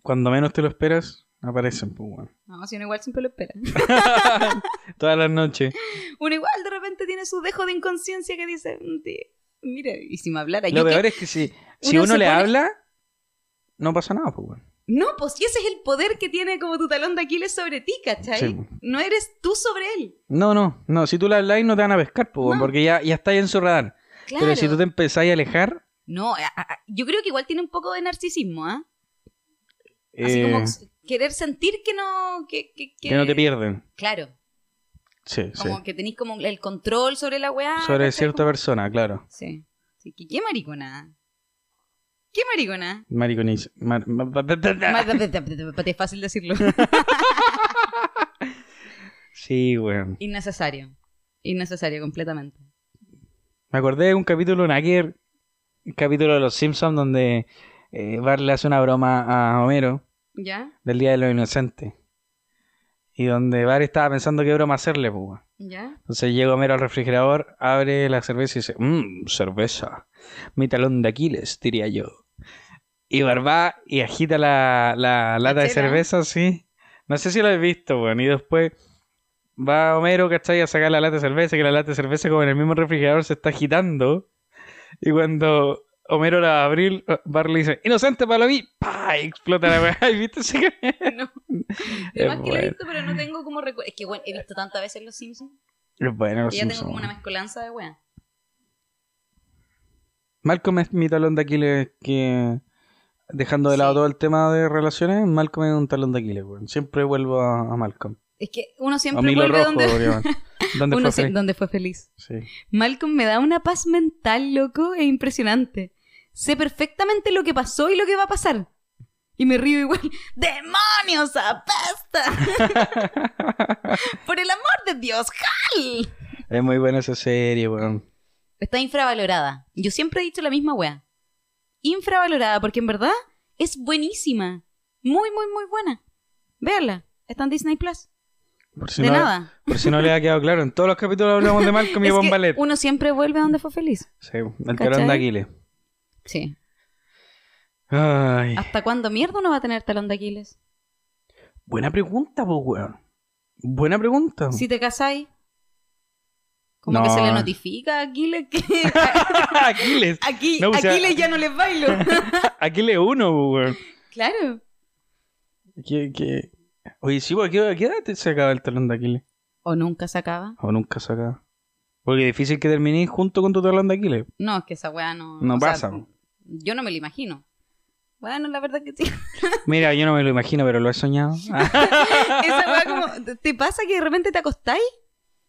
Speaker 2: Cuando menos te lo esperas, aparecen, pues, weón.
Speaker 1: No, si uno igual siempre lo espera.
Speaker 2: Todas las noches.
Speaker 1: Uno igual de repente tiene su dejo de inconsciencia que dice, "Mm, tío, mira, y si me hablara
Speaker 2: Lo
Speaker 1: yo que-
Speaker 2: peor es que si, si
Speaker 1: uno
Speaker 2: uno
Speaker 1: se
Speaker 2: le
Speaker 1: pone-
Speaker 2: habla, no pasa nada, pues, weón.
Speaker 1: No, pues y ese es el poder que tiene como tu talón de Aquiles sobre ti, ¿cachai?
Speaker 2: Sí. pues.
Speaker 1: No eres tú sobre él.
Speaker 2: No, no, no. Si tú la habláis, no te van a pescar, po, weón,
Speaker 1: No.
Speaker 2: porque ya, ya estáis en su radar.
Speaker 1: Claro.
Speaker 2: Pero si tú te empezáis a alejar,
Speaker 1: No, a- a- a- yo creo que igual tiene un poco de narcisismo, ¿ah? Así
Speaker 2: eh,
Speaker 1: como s- querer sentir que no. Que, que- que-
Speaker 2: que no te pierden.
Speaker 1: Claro.
Speaker 2: Sí, sí.
Speaker 1: Como que tenéis como el control sobre la weá.
Speaker 2: Sobre
Speaker 1: ¿cachai?
Speaker 2: cierta
Speaker 1: Como-
Speaker 2: persona, claro.
Speaker 1: Sí. Sí, que- ¿Qué maricona? ¿Qué maricona?
Speaker 2: Mariconiz. mar- ma- pa- pa- pa- pa-
Speaker 1: Ma- pa- pa- pa- pa- Es fácil decirlo.
Speaker 2: Sí, weón.
Speaker 1: Innecesario. Innecesario completamente.
Speaker 2: Me acordé de un capítulo en ayer, un capítulo de Los Simpsons, donde eh, Bart le hace una broma a Homero
Speaker 1: ¿Ya?
Speaker 2: del Día de los Inocentes. Y donde Bart estaba pensando qué broma hacerle, pues, weón.
Speaker 1: ¿Ya?
Speaker 2: Entonces llega Homero al refrigerador, abre la cerveza y dice, mmm, cerveza. Mi talón de Aquiles, diría yo. Y barba y agita la, la lata de
Speaker 1: chela?
Speaker 2: cerveza, sí. No sé si lo has visto, weón. Y después va Homero, ¿cachai? A sacar la lata de cerveza, que la lata de cerveza como en el mismo refrigerador se está agitando. Y cuando Homero la va a abrir, Bart le dice, inocente para mí, ¡pah! Y explota la weá. ¿Y viste ese capítulo?
Speaker 1: No.
Speaker 2: Es
Speaker 1: Además que lo he
Speaker 2: bueno.
Speaker 1: visto, pero no tengo como recuerdo. Es que bueno, he visto tantas veces Los Simpsons.
Speaker 2: Es bueno,
Speaker 1: Que
Speaker 2: sí,
Speaker 1: ya tengo
Speaker 2: son
Speaker 1: como una
Speaker 2: buenos.
Speaker 1: mezcolanza de weas.
Speaker 2: Malcolm es mi talón de Aquiles que dejando de lado
Speaker 1: Sí.
Speaker 2: todo el tema de relaciones, Malcolm es un talón de Aquiles, weón. Siempre vuelvo a, a Malcolm.
Speaker 1: Es que uno
Speaker 2: a
Speaker 1: siempre
Speaker 2: Milo
Speaker 1: vuelve
Speaker 2: Rojo,
Speaker 1: donde,
Speaker 2: weón. ¿Dónde
Speaker 1: uno
Speaker 2: fue
Speaker 1: sie-
Speaker 2: Freddy?
Speaker 1: donde fue feliz.
Speaker 2: Sí.
Speaker 1: Malcolm me da una paz mental, loco, e impresionante. Sé perfectamente lo que pasó y lo que va a pasar. Y me río igual. ¡Demonios, apesta! ¡Por el amor de Dios, Hal!
Speaker 2: Es muy buena esa serie, weón.
Speaker 1: Está infravalorada. Yo siempre he dicho la misma wea. Infravalorada, porque en verdad es buenísima. Muy, muy, muy buena. Véanla. Está en Disney Plus.
Speaker 2: Por si,
Speaker 1: de
Speaker 2: no,
Speaker 1: nada.
Speaker 2: por si no le ha quedado claro, en todos los capítulos hablamos de Malcolm y
Speaker 1: Es
Speaker 2: Bon
Speaker 1: que
Speaker 2: Ballet.
Speaker 1: Uno siempre vuelve a donde fue feliz.
Speaker 2: Sí, el
Speaker 1: ¿Cachai?
Speaker 2: talón de Aquiles.
Speaker 1: Sí.
Speaker 2: Ay.
Speaker 1: ¿Hasta cuándo mierda uno va a tener talón de Aquiles?
Speaker 2: Buena pregunta, pues, weón. Buena pregunta.
Speaker 1: Si te casáis, como
Speaker 2: No.
Speaker 1: que se le notifica a Aquiles que
Speaker 2: Aquiles.
Speaker 1: aquí,
Speaker 2: No, o sea-
Speaker 1: Aquiles ya no les bailo.
Speaker 2: Aquiles uno, pues, weón.
Speaker 1: claro.
Speaker 2: ¿Qué, qué? Oye, sí, pues, ¿a qué- a qué edad te se acaba el talón de Aquiles?
Speaker 1: O nunca se acaba.
Speaker 2: O nunca se acaba. Porque es difícil que terminéis junto con tu talón de Aquiles.
Speaker 1: No, es que esa weá no.
Speaker 2: No
Speaker 1: o sea,
Speaker 2: pasa.
Speaker 1: yo no me lo imagino. Bueno, la verdad que sí.
Speaker 2: Mira, yo no me lo imagino, pero lo he soñado. Ah,
Speaker 1: Esa weá como. ¿Te pasa que de repente te acostáis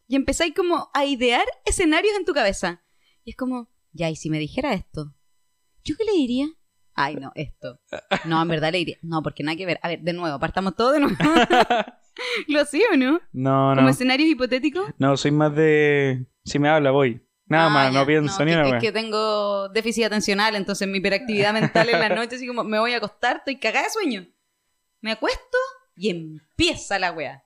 Speaker 1: y empezáis como a idear escenarios en tu cabeza? Y es como, ya, ¿y si me dijera esto? ¿Yo qué le diría? Ay, no, esto. No, en verdad le diría. No, porque nada que ver. A ver, de nuevo, partamos todo de nuevo. ¿Lo hacía o no?
Speaker 2: No,
Speaker 1: ¿Como
Speaker 2: no.
Speaker 1: escenarios hipotéticos?
Speaker 2: No, soy más de. Si me habla, voy. Nada
Speaker 1: Ah,
Speaker 2: más,
Speaker 1: ya.
Speaker 2: no pienso ni
Speaker 1: que-
Speaker 2: una
Speaker 1: Es
Speaker 2: wea.
Speaker 1: que tengo déficit atencional, entonces mi hiperactividad mental en la noche, así como me voy a acostar, estoy cagada de sueño. Me acuesto y empieza la wea.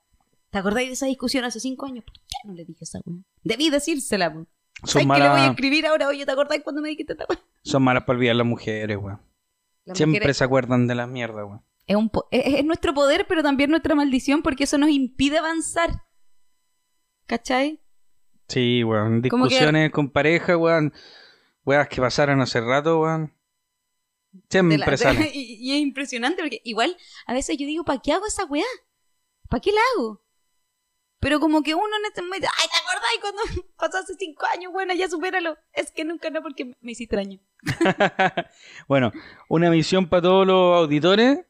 Speaker 1: ¿Te acordáis de esa discusión hace cinco años? ¿Por qué no le dije esa wea? Debí decírsela, po.
Speaker 2: Son
Speaker 1: ¿Sabes que le voy a
Speaker 2: malas,
Speaker 1: escribir ahora? Oye, ¿te acordás cuando me dijiste esta wea?
Speaker 2: son malas para olvidar las mujeres, weón.
Speaker 1: Las
Speaker 2: Siempre
Speaker 1: mujeres-
Speaker 2: se acuerdan de las mierdas, weón.
Speaker 1: es, un po- es- es nuestro poder, pero también nuestra maldición, porque eso nos impide avanzar. ¿Cachai?
Speaker 2: Sí, weón.
Speaker 1: Como que-
Speaker 2: Discusiones con pareja, weón. Weas que pasaron hace rato, weón.
Speaker 1: de
Speaker 2: Siempre
Speaker 1: la-
Speaker 2: salen.
Speaker 1: y, y es impresionante porque igual a veces yo digo, ¿para qué hago esa weá? ¿Para qué la hago? Pero como que uno en este momento, ay, ¿te acordás cuando pasó hace cinco años? Bueno, ya supéralo. Es que nunca no, porque me- me hice extraño.
Speaker 2: bueno, una misión para todos los auditores.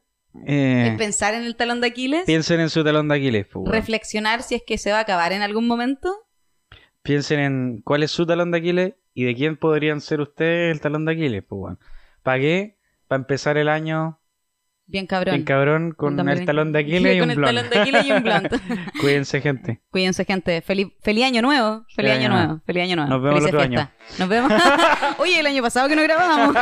Speaker 2: eh,
Speaker 1: Es pensar en el talón de Aquiles,
Speaker 2: piensen en su talón de Aquiles, po, weón.
Speaker 1: reflexionar si es que se va a acabar en algún momento.
Speaker 2: Piensen en cuál es su talón de Aquiles y de quién podrían ser ustedes el talón de Aquiles, pues, weón. ¿Para qué? Para empezar el año
Speaker 1: Bien cabrón.
Speaker 2: en cabrón
Speaker 1: Un
Speaker 2: con
Speaker 1: también.
Speaker 2: el talón de Aquiles y
Speaker 1: Con
Speaker 2: un
Speaker 1: el
Speaker 2: blon.
Speaker 1: talón de Aquiles y un blunt.
Speaker 2: Cuídense, gente.
Speaker 1: Cuídense, gente. Feliz, feliz año nuevo. Feliz, año, nuevo. Feliz año nuevo.
Speaker 2: Nos vemos el
Speaker 1: Felices
Speaker 2: otro año.
Speaker 1: fiestas. Nos vemos. Oye, el año pasado que no grabábamos.